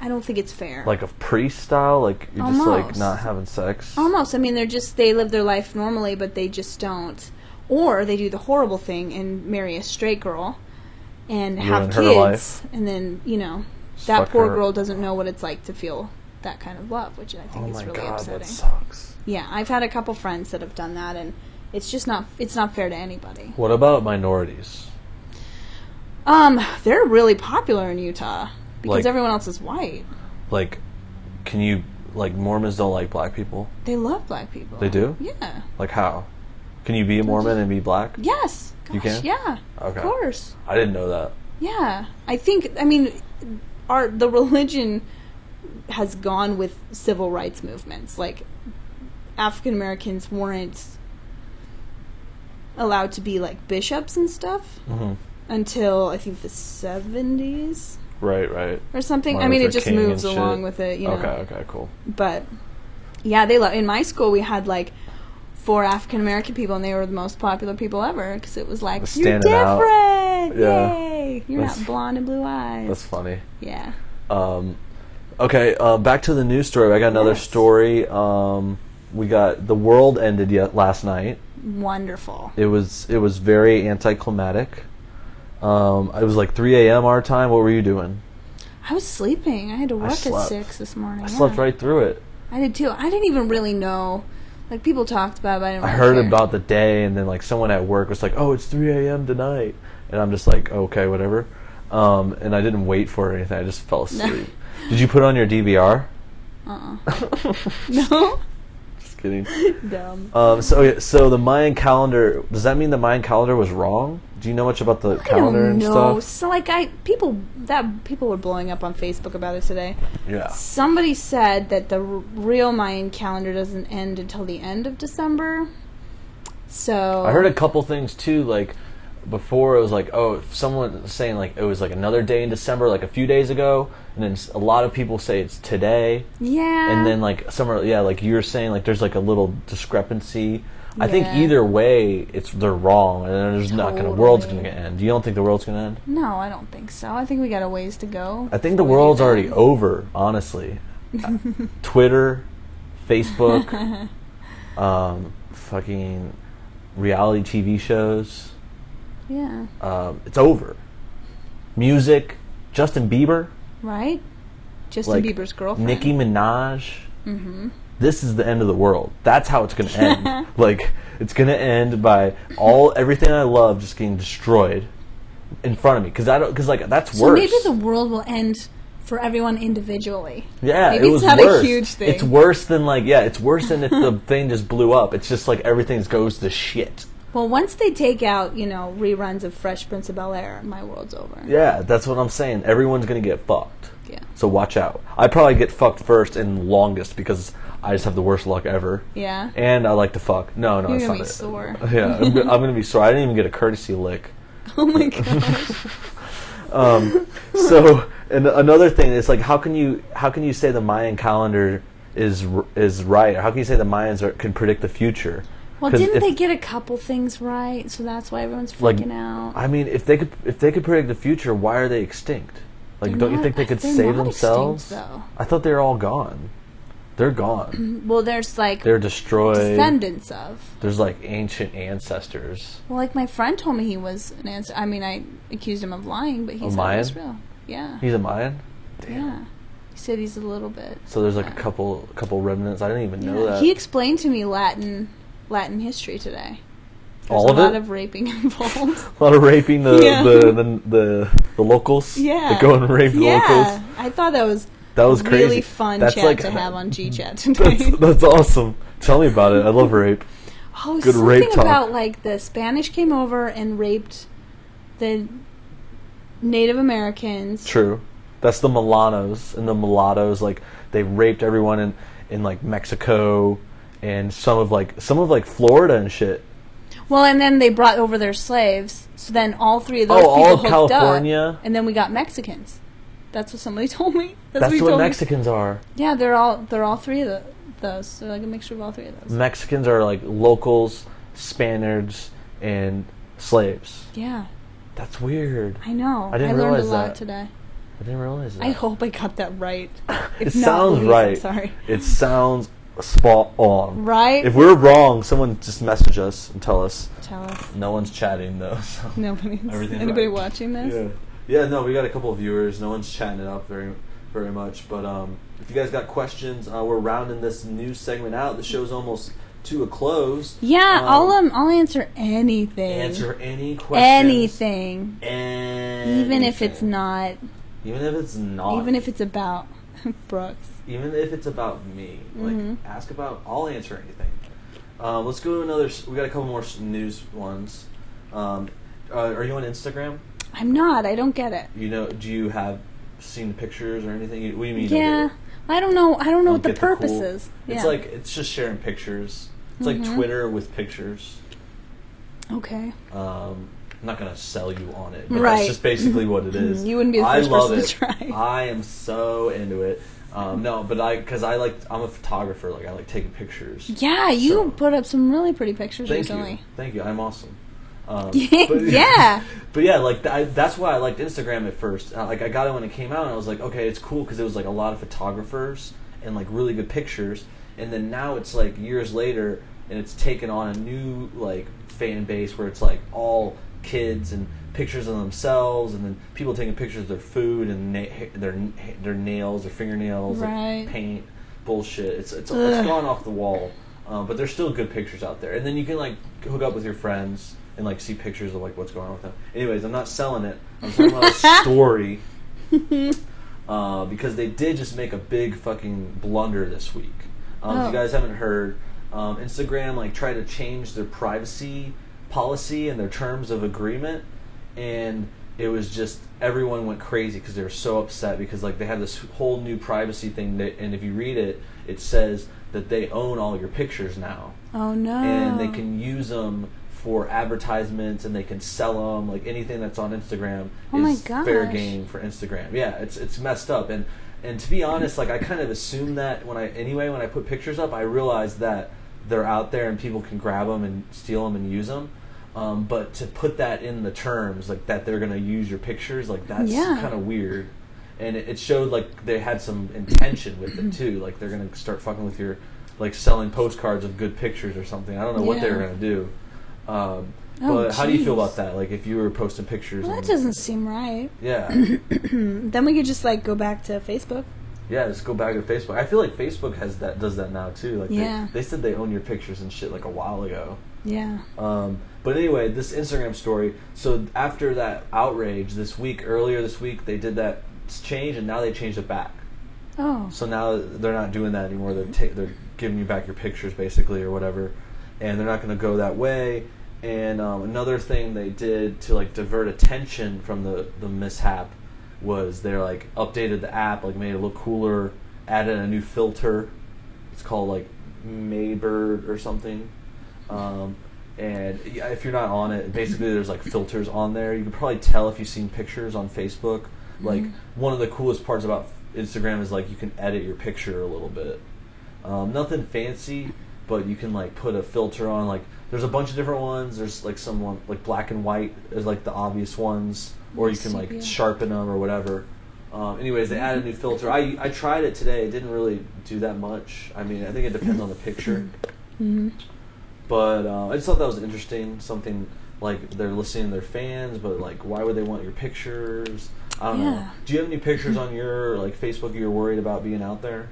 Speaker 3: I don't think it's fair.
Speaker 1: Like a priest style, like you're just like
Speaker 3: Almost.
Speaker 1: not having sex.
Speaker 3: Almost. I mean, they're just. They live their life normally, but they just don't. Or they do the horrible thing and marry a straight girl and have
Speaker 1: Ruin her
Speaker 3: kids.
Speaker 1: life.
Speaker 3: And then, you know, that
Speaker 1: Fuck
Speaker 3: poor
Speaker 1: her.
Speaker 3: girl doesn't know what it's like to feel that kind of love, which I think
Speaker 1: Oh
Speaker 3: is
Speaker 1: my
Speaker 3: really
Speaker 1: god,
Speaker 3: upsetting.
Speaker 1: that sucks.
Speaker 3: Yeah, I've had a couple friends that have done that, and it's just not it's not fair to anybody.
Speaker 1: What about minorities?
Speaker 3: Um, they're really popular in Utah because
Speaker 1: Like-
Speaker 3: everyone else is white.
Speaker 1: like, can you like Mormons don't like black people?
Speaker 3: They love black people.
Speaker 1: They do?
Speaker 3: Yeah.
Speaker 1: Like how? Can you be a Mormon and be black?
Speaker 3: Yes. Gosh,
Speaker 1: You can?
Speaker 3: Yeah.
Speaker 1: Okay.
Speaker 3: Of course.
Speaker 1: I didn't know that.
Speaker 3: Yeah. I think. I mean, our the religion has gone with civil rights movements. Like African Americans weren't allowed to be like bishops and stuff
Speaker 1: hmm
Speaker 3: until I think the seventies
Speaker 1: Right, right.
Speaker 3: or something. I
Speaker 1: Martin
Speaker 3: mean, it
Speaker 1: Luther
Speaker 3: just
Speaker 1: King
Speaker 3: moves
Speaker 1: and shit.
Speaker 3: along with it, you know.
Speaker 1: Okay, okay, cool.
Speaker 3: But yeah, they love. In my school, we had like four African American people, and they were the most popular people ever because it was like
Speaker 1: Just
Speaker 3: you're
Speaker 1: standing out."
Speaker 3: different,
Speaker 1: Yeah.
Speaker 3: yay! You're
Speaker 1: That's-
Speaker 3: not blonde and blue eyes.
Speaker 1: That's funny.
Speaker 3: yeah.
Speaker 1: Um, okay, uh, back to the news story. I got another
Speaker 3: Yes.
Speaker 1: story. Um, we got the world ended yet last night.
Speaker 3: Wonderful.
Speaker 1: It was it was very anticlimactic. Um, it was like 3 a.m. our time. What were you doing?
Speaker 3: I was sleeping. I had to work at
Speaker 1: slept.
Speaker 3: six this morning.
Speaker 1: I slept
Speaker 3: yeah.
Speaker 1: right through it.
Speaker 3: I did too. I didn't even really know. Like people talked about, it, but I didn't.
Speaker 1: I
Speaker 3: really
Speaker 1: heard
Speaker 3: care.
Speaker 1: about the day, and then like someone at work was like, "Oh, it's 3 a.m. tonight," and I'm just like, "Okay, whatever." Um, and I didn't wait for it or anything. I just fell asleep. Did you put on your DVR?
Speaker 3: no.
Speaker 1: Just kidding.
Speaker 3: Dumb.
Speaker 1: Um, so yeah, so the Mayan calendar does that mean the Mayan calendar was wrong? Do you know much about the calendar
Speaker 3: I don't
Speaker 1: and
Speaker 3: know.
Speaker 1: stuff?
Speaker 3: So like I people that people were blowing up on Facebook about it today.
Speaker 1: Yeah.
Speaker 3: Somebody said that the r- real Mayan calendar doesn't end until the end of December. So
Speaker 1: I heard a couple things too, like before it was like, oh, if someone was saying like it was like another day in December, like a few days ago, and then s- a lot of people say it's today,
Speaker 3: Yeah.
Speaker 1: and then like somewhere, yeah, like you were saying, like there's like a little discrepancy. I think
Speaker 3: Yeah.
Speaker 1: either way, it's they're wrong, and there's not gonna world's
Speaker 3: Totally.
Speaker 1: gonna end. You don't think the world's gonna end?
Speaker 3: no, I don't think so. I think we got a ways to go.
Speaker 1: I think the
Speaker 3: before we
Speaker 1: world's
Speaker 3: do that.
Speaker 1: already over, honestly. Uh, Twitter, Facebook, um, fucking reality TV shows.
Speaker 3: Yeah.
Speaker 1: Um, it's over. Music, Justin Bieber,
Speaker 3: Right. Justin
Speaker 1: Like,
Speaker 3: Bieber's girlfriend. Mm-hmm.
Speaker 1: Nicki Minaj. This is the end of the world. That's how it's gonna end. like it's gonna end by all everything I love just getting destroyed in front of me. Because I don't. Because like that's
Speaker 3: So
Speaker 1: worse.
Speaker 3: maybe the world will end for everyone individually.
Speaker 1: Yeah,
Speaker 3: Maybe
Speaker 1: it
Speaker 3: it's
Speaker 1: was
Speaker 3: not a
Speaker 1: worse.
Speaker 3: huge thing.
Speaker 1: It's worse than like yeah, it's worse than if the thing just blew up. It's just like everything goes to shit.
Speaker 3: Well, once they take out, you know, reruns of Fresh Prince of Bel Air, my world's over.
Speaker 1: Yeah, that's what I'm saying. Everyone's gonna get fucked.
Speaker 3: Yeah.
Speaker 1: So watch out. I probably get fucked first and longest because I just have the worst luck ever.
Speaker 3: Yeah.
Speaker 1: And I Uh, like to fuck. No, no,
Speaker 3: You're
Speaker 1: it's
Speaker 3: gonna
Speaker 1: not
Speaker 3: be
Speaker 1: it.
Speaker 3: sore.
Speaker 1: Yeah, I'm, go- I'm gonna be sore. I didn't even get a courtesy lick. Um,
Speaker 3: Oh my god.
Speaker 1: so and another thing is like how can you how can you say the Mayan calendar is r- is right? How can you say the Mayans are, can predict the future?
Speaker 3: Well,
Speaker 1: 'Cause
Speaker 3: didn't
Speaker 1: if-
Speaker 3: they get a couple things right? So that's why everyone's freaking
Speaker 1: like
Speaker 3: out.
Speaker 1: I mean, if they could if they could predict the future, why are they extinct? Like,
Speaker 3: They're
Speaker 1: don't you
Speaker 3: not-
Speaker 1: think they could
Speaker 3: they're
Speaker 1: save
Speaker 3: not
Speaker 1: themselves?
Speaker 3: extinct, though.
Speaker 1: I thought they were all gone. They're gone.
Speaker 3: Well, there's like
Speaker 1: They're destroyed.
Speaker 3: descendants of.
Speaker 1: There's like ancient ancestors.
Speaker 3: Well, like my friend told me he was an answer. I mean, I accused him of lying, but he's
Speaker 1: Mayan?
Speaker 3: was real. Yeah.
Speaker 1: He's a Mayan,
Speaker 3: Yeah. He said he's a little bit.
Speaker 1: so there's like a couple couple remnants. I didn't even know
Speaker 3: Yeah.
Speaker 1: that.
Speaker 3: He explained to me Latin Latin history today. There's
Speaker 1: all of
Speaker 3: a lot
Speaker 1: it.
Speaker 3: of raping involved.
Speaker 1: a lot of raping the,
Speaker 3: Yeah.
Speaker 1: the, the the the locals.
Speaker 3: yeah.
Speaker 1: They go and rape the
Speaker 3: Yeah.
Speaker 1: locals.
Speaker 3: I thought that was
Speaker 1: That was
Speaker 3: really
Speaker 1: crazy.
Speaker 3: fun
Speaker 1: That's
Speaker 3: chat
Speaker 1: like-
Speaker 3: to have on GChat
Speaker 1: That's,
Speaker 3: today.
Speaker 1: that's awesome. Tell me about it. I love rape.
Speaker 3: Oh,
Speaker 1: Good
Speaker 3: something
Speaker 1: rape talk.
Speaker 3: about like the Spanish came over and raped the Native Americans.
Speaker 1: True. That's the Milanos and the mulattoes. Like they raped everyone in in like Mexico and some of like some of like Florida and shit.
Speaker 3: Well, and then they brought over their slaves. So then all three of those
Speaker 1: Oh,
Speaker 3: people
Speaker 1: all of
Speaker 3: hooked
Speaker 1: California?
Speaker 3: up, and then we got Mexicans. That's what somebody told me.
Speaker 1: That's,
Speaker 3: he
Speaker 1: what
Speaker 3: told me.
Speaker 1: Mexicans are.
Speaker 3: Yeah, they're all they're all three of the, those. So like a mixture of all three of those.
Speaker 1: Mexicans are like locals, Spaniards, and slaves.
Speaker 3: yeah,
Speaker 1: That's weird.
Speaker 3: I know.
Speaker 1: I didn't
Speaker 3: learned a
Speaker 1: realize
Speaker 3: lot
Speaker 1: that.
Speaker 3: today.
Speaker 1: I didn't realize that.
Speaker 3: I hope I got that right.
Speaker 1: it
Speaker 3: If not,
Speaker 1: sounds
Speaker 3: Louise, I'm
Speaker 1: right.
Speaker 3: sorry.
Speaker 1: It sounds spot on.
Speaker 3: Right?
Speaker 1: If we're wrong, someone just message us and tell us.
Speaker 3: Tell us.
Speaker 1: No one's chatting though. So.
Speaker 3: Nobody's
Speaker 1: Everything's
Speaker 3: anybody
Speaker 1: right.
Speaker 3: watching this.
Speaker 1: Yeah. Yeah, no, we got a couple of viewers. No one's chatting it up very very much. But um, if you guys got questions, uh, we're rounding this new segment out. The show's almost to a close.
Speaker 3: Yeah,
Speaker 1: Um,
Speaker 3: I'll um, I'll answer anything.
Speaker 1: answer any questions.
Speaker 3: anything,
Speaker 1: Anything.
Speaker 3: even if it's not,
Speaker 1: Even if it's not.
Speaker 3: even if it's about Brooks.
Speaker 1: even if it's about me. Like,
Speaker 3: Mhm.
Speaker 1: ask about. I'll answer anything. Um, let's go to another. s- We got a couple more s- news ones. Um, uh, are you on Instagram?
Speaker 3: I'm not. I don't get it.
Speaker 1: You know, do you have seen pictures or anything? You- What do you mean? you don't get
Speaker 3: Yeah,
Speaker 1: it?
Speaker 3: I don't know. I don't know
Speaker 1: Don't
Speaker 3: what the
Speaker 1: get cool-
Speaker 3: purpose is. Yeah.
Speaker 1: It's like it's just sharing pictures. It's like
Speaker 3: Mhm.
Speaker 1: Twitter with pictures.
Speaker 3: okay.
Speaker 1: Um, I'm not gonna sell you on it, but
Speaker 3: Right.
Speaker 1: that's just basically what it is.
Speaker 3: You wouldn't be the
Speaker 1: I
Speaker 3: first
Speaker 1: love
Speaker 3: person to
Speaker 1: it.
Speaker 3: try.
Speaker 1: I am so into it. Um, no, but I because I like I'm a photographer. Like I like taking pictures.
Speaker 3: Yeah, you
Speaker 1: So-
Speaker 3: put up some really pretty pictures
Speaker 1: Thank
Speaker 3: recently.
Speaker 1: you, thank you. I'm awesome. Um,
Speaker 3: Yeah.
Speaker 1: but yeah, like th- I, that's why I liked Instagram at first. Uh, like I got it when it came out, and I was like, okay, it's cool because it was like a lot of photographers and like really good pictures. And then now it's like years later, and it's taken on a new like fan base where it's like all kids and pictures of themselves, and then people taking pictures of their food and na- ha- their n- ha- their nails, their fingernails, like,
Speaker 3: Right.
Speaker 1: paint, bullshit. It's it's, it's
Speaker 3: Ugh.
Speaker 1: gone off the wall. Um, but there's still good pictures out there, and then you can like hook up with your friends and like see pictures of like what's going on with them. Anyways, I'm not selling it. I'm talking about a story uh, because they did just make a big fucking blunder this week. Um, If
Speaker 3: Oh.
Speaker 1: you guys haven't heard, um, Instagram like tried to change their privacy policy and their terms of agreement, and it was just everyone went crazy because they were so upset because like they had this whole new privacy thing that, and if you read it, it says that they own all your pictures now
Speaker 3: Oh no.
Speaker 1: and they can use them for advertisements and they can sell them like anything that's on Instagram
Speaker 3: Oh
Speaker 1: is
Speaker 3: my
Speaker 1: fair
Speaker 3: gosh.
Speaker 1: game for Instagram. Yeah, it's it's messed up and and to be honest, like I kind of assumed that when I anyway when I put pictures up, I realized that they're out there and people can grab them and steal them and use them. Um, but to put that in the terms like that they're going to use your pictures like that's
Speaker 3: Yeah.
Speaker 1: kind of weird. And it it showed like they had some intention with it too. Like they're going to start fucking with your like selling postcards of good pictures or something. I don't know know what they were
Speaker 3: Yeah.
Speaker 1: gonna do. Um,
Speaker 3: Oh,
Speaker 1: but how do you feel
Speaker 3: jeez.
Speaker 1: about that? Like if you were posting pictures,
Speaker 3: well, that
Speaker 1: and-
Speaker 3: doesn't seem right.
Speaker 1: Yeah,
Speaker 3: Hmm. Then we could just like go back to Facebook.
Speaker 1: yeah. Just go back to Facebook. I feel like Facebook has that does that now too. Like
Speaker 3: Yeah.
Speaker 1: they, they said they own your pictures and shit like a while ago.
Speaker 3: Yeah.
Speaker 1: Um, but anyway, this Instagram story. So after that outrage this week, earlier this week, they did that change, and now they changed it back.
Speaker 3: Oh.
Speaker 1: So now they're not doing that anymore. They're ta- they're giving you back your pictures basically or whatever, and they're not going to go that way. And um, another thing they did to like divert attention from the the mishap was they like updated the app, like made it look cooler, added a new filter. It's called like Maybird or something. Um, and yeah, if you're not on it, basically there's like filters on there. You can probably tell if you've seen pictures on Facebook. Like one of the coolest parts about Instagram is like you can edit your picture a little bit. Um, nothing fancy, but you can like put a filter on. Like there's a bunch of different ones. There's like some one, like black and white is like the obvious ones, or you can like
Speaker 3: Sepia.
Speaker 1: sharpen them or whatever. Um, anyways, they added a new filter. I I tried it today. It didn't really do that much. I mean, I think it depends on the picture.
Speaker 3: hmm
Speaker 1: But uh, I just thought that was interesting. Something like they're listening to their fans, but like, why would they want your pictures? I don't know.
Speaker 3: Yeah.
Speaker 1: Do you have any pictures on your like Facebook you're worried about being out there?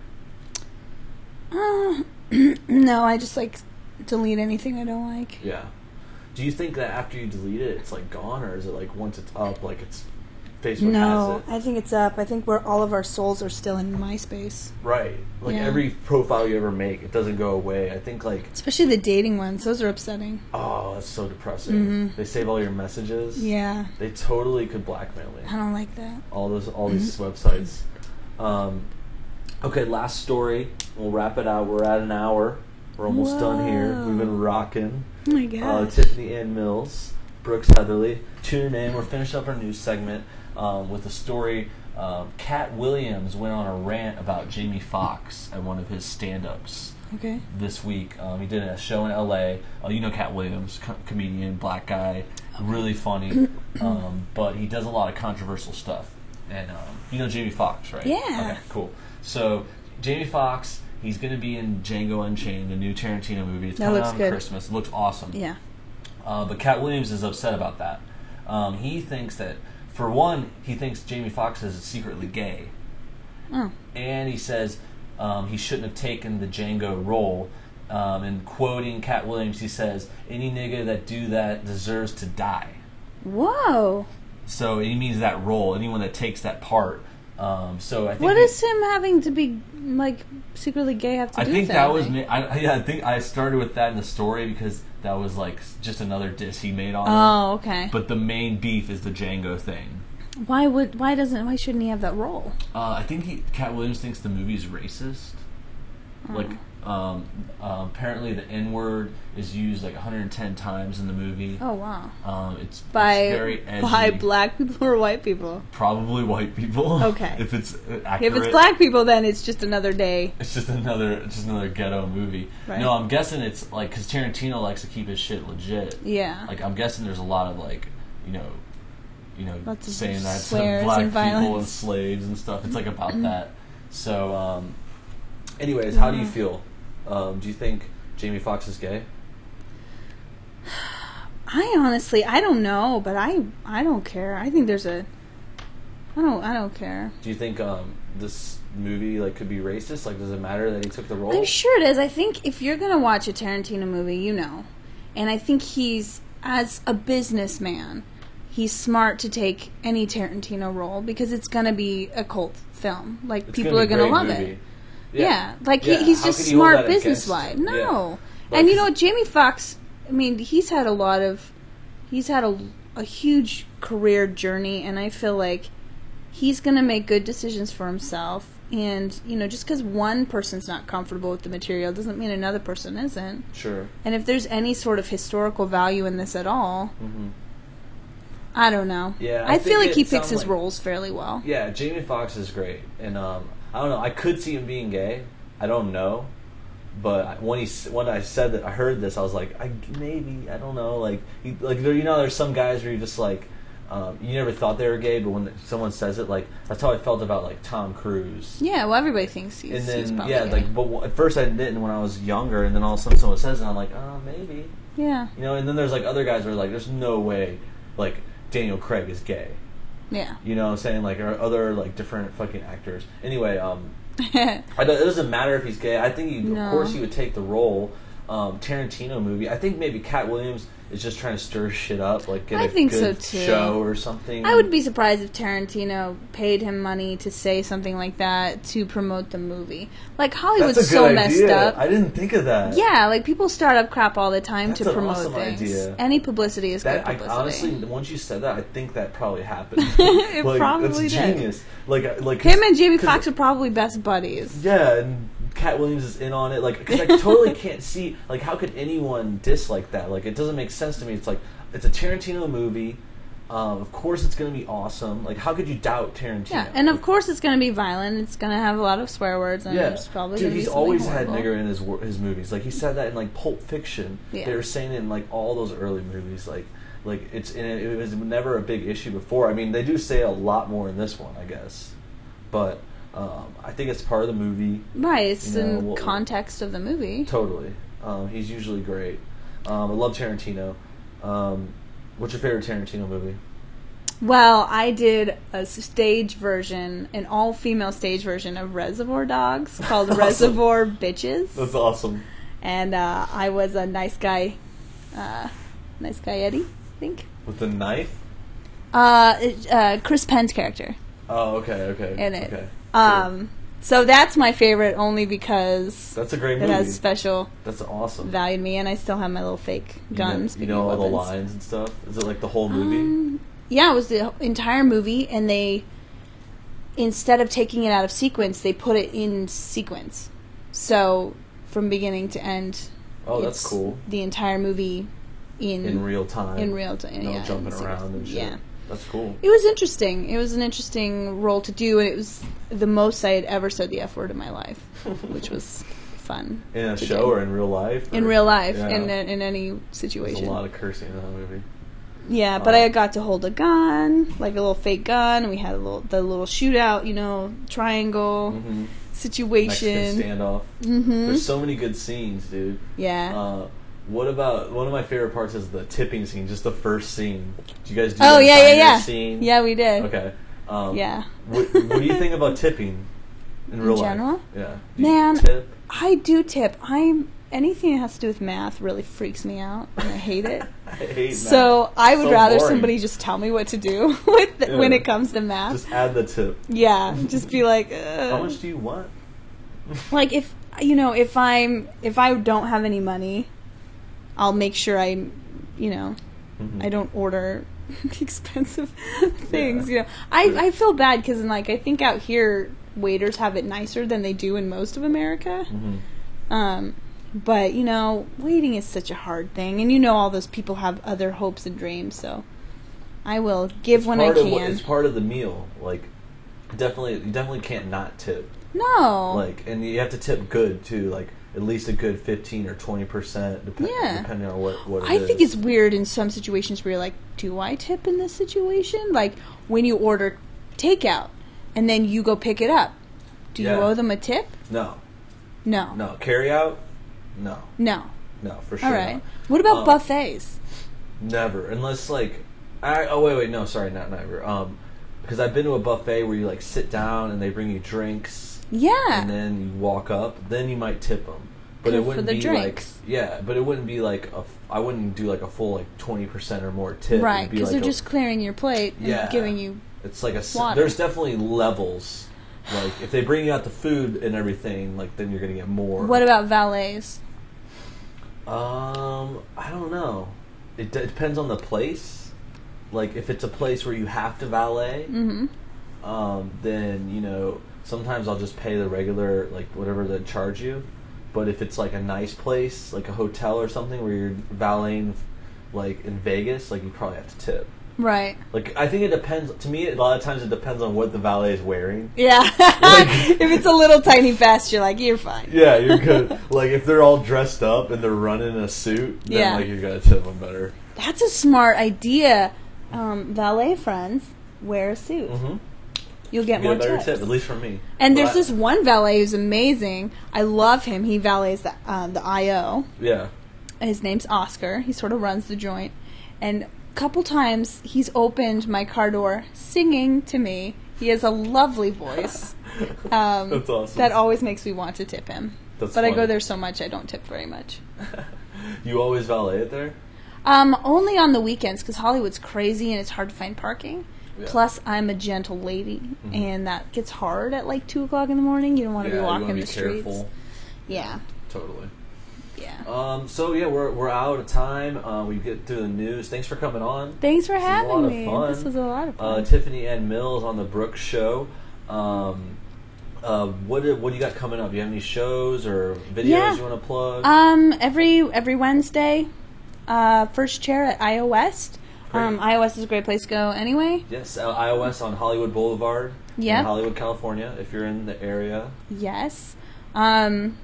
Speaker 3: Uh, no, I just like delete anything I don't like.
Speaker 1: Yeah. Do you think that after you delete it, it's like gone, or is it like once it's up, like it's Facebook
Speaker 3: No,
Speaker 1: has it?
Speaker 3: I think it's up. I think we're all of our souls are still in MySpace,
Speaker 1: Right. Like
Speaker 3: Yeah.
Speaker 1: every profile you ever make, it doesn't go away. I think like,
Speaker 3: especially the dating ones. Those are upsetting.
Speaker 1: oh, that's so depressing.
Speaker 3: Mhm.
Speaker 1: They save all your messages.
Speaker 3: Yeah,
Speaker 1: They totally could blackmail me.
Speaker 3: I don't like that.
Speaker 1: all those all these
Speaker 3: Mm-hmm.
Speaker 1: websites. Um, okay, last story. We'll wrap it out. We're at an hour. We're almost done here. We've been
Speaker 3: Whoa.
Speaker 1: rocking.
Speaker 3: Oh my
Speaker 1: Uh,
Speaker 3: god.
Speaker 1: Tiffany Ann Mills, Brooks Heatherly. Tune in. We're finished up our news segment um, with a story. Um, Cat Williams went on a rant about Jamie Foxx at one of his stand-ups
Speaker 3: okay.
Speaker 1: this week. Um, he did a show in L.A. Oh, you know Cat Williams, co- comedian, black guy, really funny. Um, but he does a lot of controversial stuff. And um, you know Jamie Foxx, right?
Speaker 3: Yeah.
Speaker 1: Okay, cool. So Jamie Foxx, he's going to be in Django Unchained, the new Tarantino movie. It's
Speaker 3: That
Speaker 1: coming
Speaker 3: looks
Speaker 1: out on
Speaker 3: good.
Speaker 1: Christmas. It looks awesome.
Speaker 3: Yeah.
Speaker 1: Uh, but Cat Williams is upset about that. Um, he thinks that, for one, he thinks Jamie Foxx is secretly gay
Speaker 3: Oh.
Speaker 1: and he says um, he shouldn't have taken the Django role. Um, and quoting Cat Williams, he says, "Any nigga that do that deserves to die."
Speaker 3: Whoa.
Speaker 1: So he means that role. Anyone that takes that part Um, so I think
Speaker 3: What
Speaker 1: we-
Speaker 3: does him having to be like secretly gay have to
Speaker 1: I
Speaker 3: do
Speaker 1: think
Speaker 3: with
Speaker 1: that was
Speaker 3: anything?
Speaker 1: me. I, I- yeah, I think I started with that in the story because that was like s- just another diss he made on. her.
Speaker 3: Oh, okay.
Speaker 1: But the main beef is the Django thing.
Speaker 3: why would why doesn't why shouldn't he have that role?
Speaker 1: Uh, I think he, Cat Williams thinks the movie's racist.
Speaker 3: Hmm.
Speaker 1: Like, um, uh, apparently the N word is used like 110 times in the movie.
Speaker 3: Oh wow.
Speaker 1: Um, it's, it's
Speaker 3: By
Speaker 1: very edgy.
Speaker 3: by black people or white people.
Speaker 1: Probably white people.
Speaker 3: Okay.
Speaker 1: if it's uh,
Speaker 3: If
Speaker 1: accurate.
Speaker 3: it's black people, then it's just another day.
Speaker 1: It's just another, it's just another ghetto movie.
Speaker 3: Right.
Speaker 1: No, I'm guessing it's like because Tarantino likes to keep his shit legit.
Speaker 3: Yeah.
Speaker 1: like I'm guessing there's a lot of like you know you know
Speaker 3: Lots of
Speaker 1: saying that
Speaker 3: swears
Speaker 1: some black
Speaker 3: and
Speaker 1: people and
Speaker 3: violence. Mm-hmm.
Speaker 1: slaves and stuff. It's like about that. So um anyways, how do you feel? Um, do you think Jamie Foxx is gay?
Speaker 3: I honestly, I don't know, but I I don't care. I think there's a I don't I don't care.
Speaker 1: Do you think um this movie like could be racist? Like does it matter that he took the role?
Speaker 3: I'm sure it is. I think if you're gonna watch a Tarantino movie, you know, and I think he's as a businessman, he's smart to take any Tarantino role because it's gonna be a cult film. Like
Speaker 1: It's
Speaker 3: people
Speaker 1: be
Speaker 3: are
Speaker 1: a
Speaker 3: gonna
Speaker 1: great
Speaker 3: love
Speaker 1: movie.
Speaker 3: it. Yeah, like
Speaker 1: Yeah,
Speaker 3: He, he's
Speaker 1: how
Speaker 3: just
Speaker 1: could you hold
Speaker 3: smart
Speaker 1: that against
Speaker 3: business wise.
Speaker 1: him? Yeah.
Speaker 3: No,
Speaker 1: Like-
Speaker 3: and you know Jamie Foxx. I mean, he's had a lot of, he's had a a huge career journey, and I feel like he's gonna make good decisions for himself. And you know, just because one person's not comfortable with the material doesn't mean another person isn't.
Speaker 1: Sure.
Speaker 3: And if there's any sort of historical value in this at all,
Speaker 1: Mm-hmm.
Speaker 3: I don't know.
Speaker 1: Yeah,
Speaker 3: I,
Speaker 1: I
Speaker 3: feel
Speaker 1: think
Speaker 3: like he
Speaker 1: it sounds
Speaker 3: picks his
Speaker 1: like-
Speaker 3: roles fairly well.
Speaker 1: Yeah, Jamie Foxx is great, and um, I don't know. I could see him being gay. I don't know, but when he s- when I said that I heard this, I was like, I, maybe I don't know. Like he, like there, you know, there's some guys where you just like. Um, you never thought they were gay, but when someone says it, like that's how I felt about like Tom Cruise.
Speaker 3: Yeah, well, everybody thinks he's,
Speaker 1: And
Speaker 3: he's
Speaker 1: then
Speaker 3: probably
Speaker 1: yeah,
Speaker 3: gay.
Speaker 1: like but w- at first I didn't when I was younger, and then all of a sudden someone says it, and I'm like, oh, maybe.
Speaker 3: yeah,
Speaker 1: You know, and then there's like other guys who are like, there's no way, like Daniel Craig is gay.
Speaker 3: yeah.
Speaker 1: You know what I'm saying? Like, or other, like, different fucking actors. Anyway, um, I don't, it doesn't matter if he's gay. I think, he,
Speaker 3: No.
Speaker 1: of course, he would take the role. Um, Tarantino movie. I think maybe Cat Williams is just trying to stir shit up, like get
Speaker 3: I
Speaker 1: a
Speaker 3: think so,
Speaker 1: good
Speaker 3: too.
Speaker 1: show or something.
Speaker 3: I would be surprised if Tarantino paid him money to say something like that to promote the movie. Like Hollywood's
Speaker 1: That's a
Speaker 3: so
Speaker 1: good
Speaker 3: messed
Speaker 1: idea.
Speaker 3: up.
Speaker 1: I didn't think of that.
Speaker 3: yeah, like people start up crap all the time
Speaker 1: That's
Speaker 3: to
Speaker 1: an
Speaker 3: promote
Speaker 1: awesome
Speaker 3: things.
Speaker 1: idea.
Speaker 3: Any publicity is
Speaker 1: That
Speaker 3: good
Speaker 1: I,
Speaker 3: publicity.
Speaker 1: honestly, once you said that, I think that probably happened.
Speaker 3: It
Speaker 1: like,
Speaker 3: probably
Speaker 1: that's
Speaker 3: did.
Speaker 1: genius. Like, I- like
Speaker 3: him and Jamie
Speaker 1: 'cause-
Speaker 3: Foxx are probably best buddies.
Speaker 1: Yeah, and Cat Williams is in on it. Like, because I totally can't see. Like, how could anyone dislike that? Like, it doesn't make sense to me. It's like it's a Tarantino movie. Um, of course, it's going to be awesome. Like, how could you doubt Tarantino?
Speaker 3: Yeah, and of course it's going to be violent. It's going to have a lot of swear words, and
Speaker 1: yeah,
Speaker 3: it's probably
Speaker 1: dude,
Speaker 3: gonna be
Speaker 1: he's
Speaker 3: something
Speaker 1: always
Speaker 3: horrible.
Speaker 1: had nigger in his wor- his movies. Like, he said that in like Pulp Fiction.
Speaker 3: Yeah.
Speaker 1: They were saying it in like all those early movies. Like, like it's and it, it was never a big issue before. I mean, they do say a lot more in this one, I guess, but. Um, I think it's part of the movie.
Speaker 3: Right, it's
Speaker 1: You know,
Speaker 3: in
Speaker 1: well-
Speaker 3: context of the movie.
Speaker 1: Totally. Um, he's usually great. Um, I love Tarantino. Um, what's your favorite Tarantino movie?
Speaker 3: Well, I did a stage version, an all female stage version of Reservoir Dogs called
Speaker 1: Awesome.
Speaker 3: Reservoir Bitches.
Speaker 1: awesome.
Speaker 3: And uh, I was a nice guy, uh, nice guy Eddie, I think.
Speaker 1: With the knife?
Speaker 3: Uh, it- uh, Chris Penn's character
Speaker 1: Oh, okay, okay.
Speaker 3: in it.
Speaker 1: Okay.
Speaker 3: Um, so that's my favorite only because
Speaker 1: That's a great
Speaker 3: it
Speaker 1: movie.
Speaker 3: has special
Speaker 1: That's awesome.
Speaker 3: value in me, and I still have my little fake
Speaker 1: You know-
Speaker 3: guns. Um,
Speaker 1: You know, all the lines and stuff. Is it like the whole movie?
Speaker 3: yeah, it was the entire movie, and they instead of taking it out of sequence, they put it in sequence. So from beginning to end,
Speaker 1: oh, that's
Speaker 3: it's
Speaker 1: cool.
Speaker 3: The entire movie in,
Speaker 1: In real time.
Speaker 3: in real time,
Speaker 1: No
Speaker 3: yeah,
Speaker 1: jumping
Speaker 3: in
Speaker 1: around
Speaker 3: sequence.
Speaker 1: and shit.
Speaker 3: Yeah.
Speaker 1: That's cool.
Speaker 3: It was interesting. It was an interesting role to do, and it was the most I had ever said the F word in my life, which was fun.
Speaker 1: In a
Speaker 3: to
Speaker 1: show
Speaker 3: do.
Speaker 1: or in real life?
Speaker 3: in
Speaker 1: or-
Speaker 3: real life,
Speaker 1: Yeah.
Speaker 3: in, in any
Speaker 1: There's
Speaker 3: situation.
Speaker 1: a lot of cursing in that movie.
Speaker 3: Yeah, but
Speaker 1: Wow.
Speaker 3: I got to hold a gun, like a little fake gun. We had a little the little shootout, you know, triangle
Speaker 1: Mm-hmm. Mexican
Speaker 3: situation.
Speaker 1: standoff.
Speaker 3: hmm
Speaker 1: There's so many good scenes, dude.
Speaker 3: Yeah.
Speaker 1: Uh, what about one of my favorite parts is the tipping scene, just the first scene. Did you guys do
Speaker 3: oh
Speaker 1: the
Speaker 3: yeah, yeah,
Speaker 1: diner
Speaker 3: yeah.
Speaker 1: scene?
Speaker 3: Yeah, we did.
Speaker 1: Okay. Um,
Speaker 3: Yeah.
Speaker 1: what, what do you think about tipping in real
Speaker 3: general?
Speaker 1: life? Yeah. Do you
Speaker 3: Man.
Speaker 1: tip?
Speaker 3: I do tip. I'm anything that has to do with math really freaks me out, and I hate it.
Speaker 1: I hate
Speaker 3: so
Speaker 1: math.
Speaker 3: I would
Speaker 1: So
Speaker 3: rather
Speaker 1: boring.
Speaker 3: somebody just tell me what to do with
Speaker 1: Yeah.
Speaker 3: when it comes to math.
Speaker 1: Just add the tip.
Speaker 3: yeah, just be like, Ugh.
Speaker 1: How much do you want?
Speaker 3: like if you know if I'm if I don't have any money, I'll make sure I, you know,
Speaker 1: Mhm.
Speaker 3: I don't order expensive things.
Speaker 1: Yeah.
Speaker 3: You know, I
Speaker 1: True.
Speaker 3: I feel bad because like I think out here waiters have it nicer than they do in most of America.
Speaker 1: Mhm.
Speaker 3: Um, but you know, waiting is such a hard thing, and you know all those people have other hopes and dreams. So, I will give when I
Speaker 1: part Of, what-
Speaker 3: can.
Speaker 1: it's part of the meal. Like, definitely, you definitely can't not tip.
Speaker 3: no,
Speaker 1: Like, and you have to tip good too. Like, at least a good fifteen or twenty percent, depending
Speaker 3: Yeah.
Speaker 1: depending on what what. it
Speaker 3: I think
Speaker 1: is.
Speaker 3: it's weird in some situations where you're like, do I tip in this situation? Like when you order takeout and then you go pick it up, do
Speaker 1: Yeah.
Speaker 3: you owe them a tip?
Speaker 1: no,
Speaker 3: No,
Speaker 1: no carry out, no,
Speaker 3: no.
Speaker 1: no for sure.
Speaker 3: All right.
Speaker 1: not.
Speaker 3: What about
Speaker 1: Um,
Speaker 3: buffets?
Speaker 1: Never, unless like, I oh wait wait no sorry not never um because I've been to a buffet where you like sit down and they bring you drinks and
Speaker 3: Yeah,
Speaker 1: then you walk up then you might tip them but
Speaker 3: Pay
Speaker 1: it
Speaker 3: for
Speaker 1: wouldn't
Speaker 3: the
Speaker 1: be
Speaker 3: drinks.
Speaker 1: like yeah but it wouldn't be like a f- I wouldn't do like a full like twenty percent or more tip It
Speaker 3: right.
Speaker 1: would be
Speaker 3: Because
Speaker 1: like
Speaker 3: they're
Speaker 1: a-
Speaker 3: just clearing your plate and
Speaker 1: Yeah.
Speaker 3: giving you.
Speaker 1: it's like a s-
Speaker 3: water.
Speaker 1: there's definitely levels like if they bring you out the food and everything like then you're gonna get more
Speaker 3: What about valets?
Speaker 1: Um, I don't know. It d- depends on the place. Like if it's a place where you have to valet,
Speaker 3: Mm-hmm.
Speaker 1: um, then you know sometimes I'll just pay the regular like whatever they charge you. But if it's like a nice place, like a hotel or something where you're valeting, like in Vegas, like you probably have to tip.
Speaker 3: Right.
Speaker 1: Like I think it depends. To me, a lot of times it depends on what the valet is wearing.
Speaker 3: Yeah. if it's a little tiny vest, you're like, you're fine.
Speaker 1: Yeah, you're good. like if they're all dressed up and they're running a suit, then
Speaker 3: Yeah.
Speaker 1: like you gotta tip them better.
Speaker 3: That's a smart idea. Um, valet friends wear a suit.
Speaker 1: Mhm.
Speaker 3: You'll get
Speaker 1: get
Speaker 3: more
Speaker 1: a better
Speaker 3: tips.
Speaker 1: tip, at least for me.
Speaker 3: And
Speaker 1: But
Speaker 3: there's
Speaker 1: I-
Speaker 3: this one valet who's amazing. I love him. He valets the um, the IO.
Speaker 1: Yeah.
Speaker 3: His name's Oscar. He sort of runs the joint. And a couple times he's opened my car door singing to me. He has a lovely voice. Um,
Speaker 1: That's awesome.
Speaker 3: That always makes me want to tip him.
Speaker 1: That's
Speaker 3: but I go
Speaker 1: funny.
Speaker 3: there so much I don't tip very much.
Speaker 1: You always valet it there?
Speaker 3: Um, only on the weekends because Hollywood's crazy and it's hard to find parking.
Speaker 1: Yeah. Mm-hmm.
Speaker 3: Plus, I'm a gentle lady, and that gets hard at like two o'clock in the morning. You don't want to be walking the streets. Yeah,
Speaker 1: Totally.
Speaker 3: yeah.
Speaker 1: Um, so yeah, we're, we're out of time. Uh, we get through the news. Thanks for coming on.
Speaker 3: Thanks for
Speaker 1: was a lot
Speaker 3: having
Speaker 1: of
Speaker 3: me.
Speaker 1: fun.
Speaker 3: This was a lot of
Speaker 1: Uh,
Speaker 3: fun.
Speaker 1: Tiffany Ann Mills on the Brooks Show. Um, uh, what do- what do you got coming up? Do you have any shows or videos
Speaker 3: Yeah.
Speaker 1: you want to plug?
Speaker 3: um, every every Wednesday, uh, first chair at IO West. Um,
Speaker 1: Great.
Speaker 3: IO West is a great place to go anyway.
Speaker 1: yes, uh, iOS on Hollywood Boulevard
Speaker 3: Yep.
Speaker 1: in Hollywood, California. If you're in the area,
Speaker 3: Yes. Um,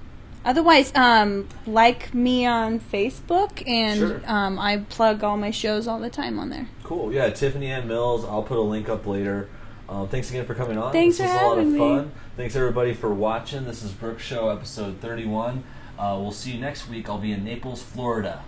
Speaker 3: otherwise, um, like me on Facebook, and
Speaker 1: Sure.
Speaker 3: um, I plug all my shows all the time on there.
Speaker 1: Cool. Yeah, Tiffany Ann Mills. I'll put a link up later. Um, thanks again for coming on.
Speaker 3: Thanks
Speaker 1: this
Speaker 3: for
Speaker 1: was a lot of
Speaker 3: having me.
Speaker 1: fun. Thanks everybody for watching. This is Brooke Show episode 31. Uh, we'll see you next week. I'll be in Naples, Florida.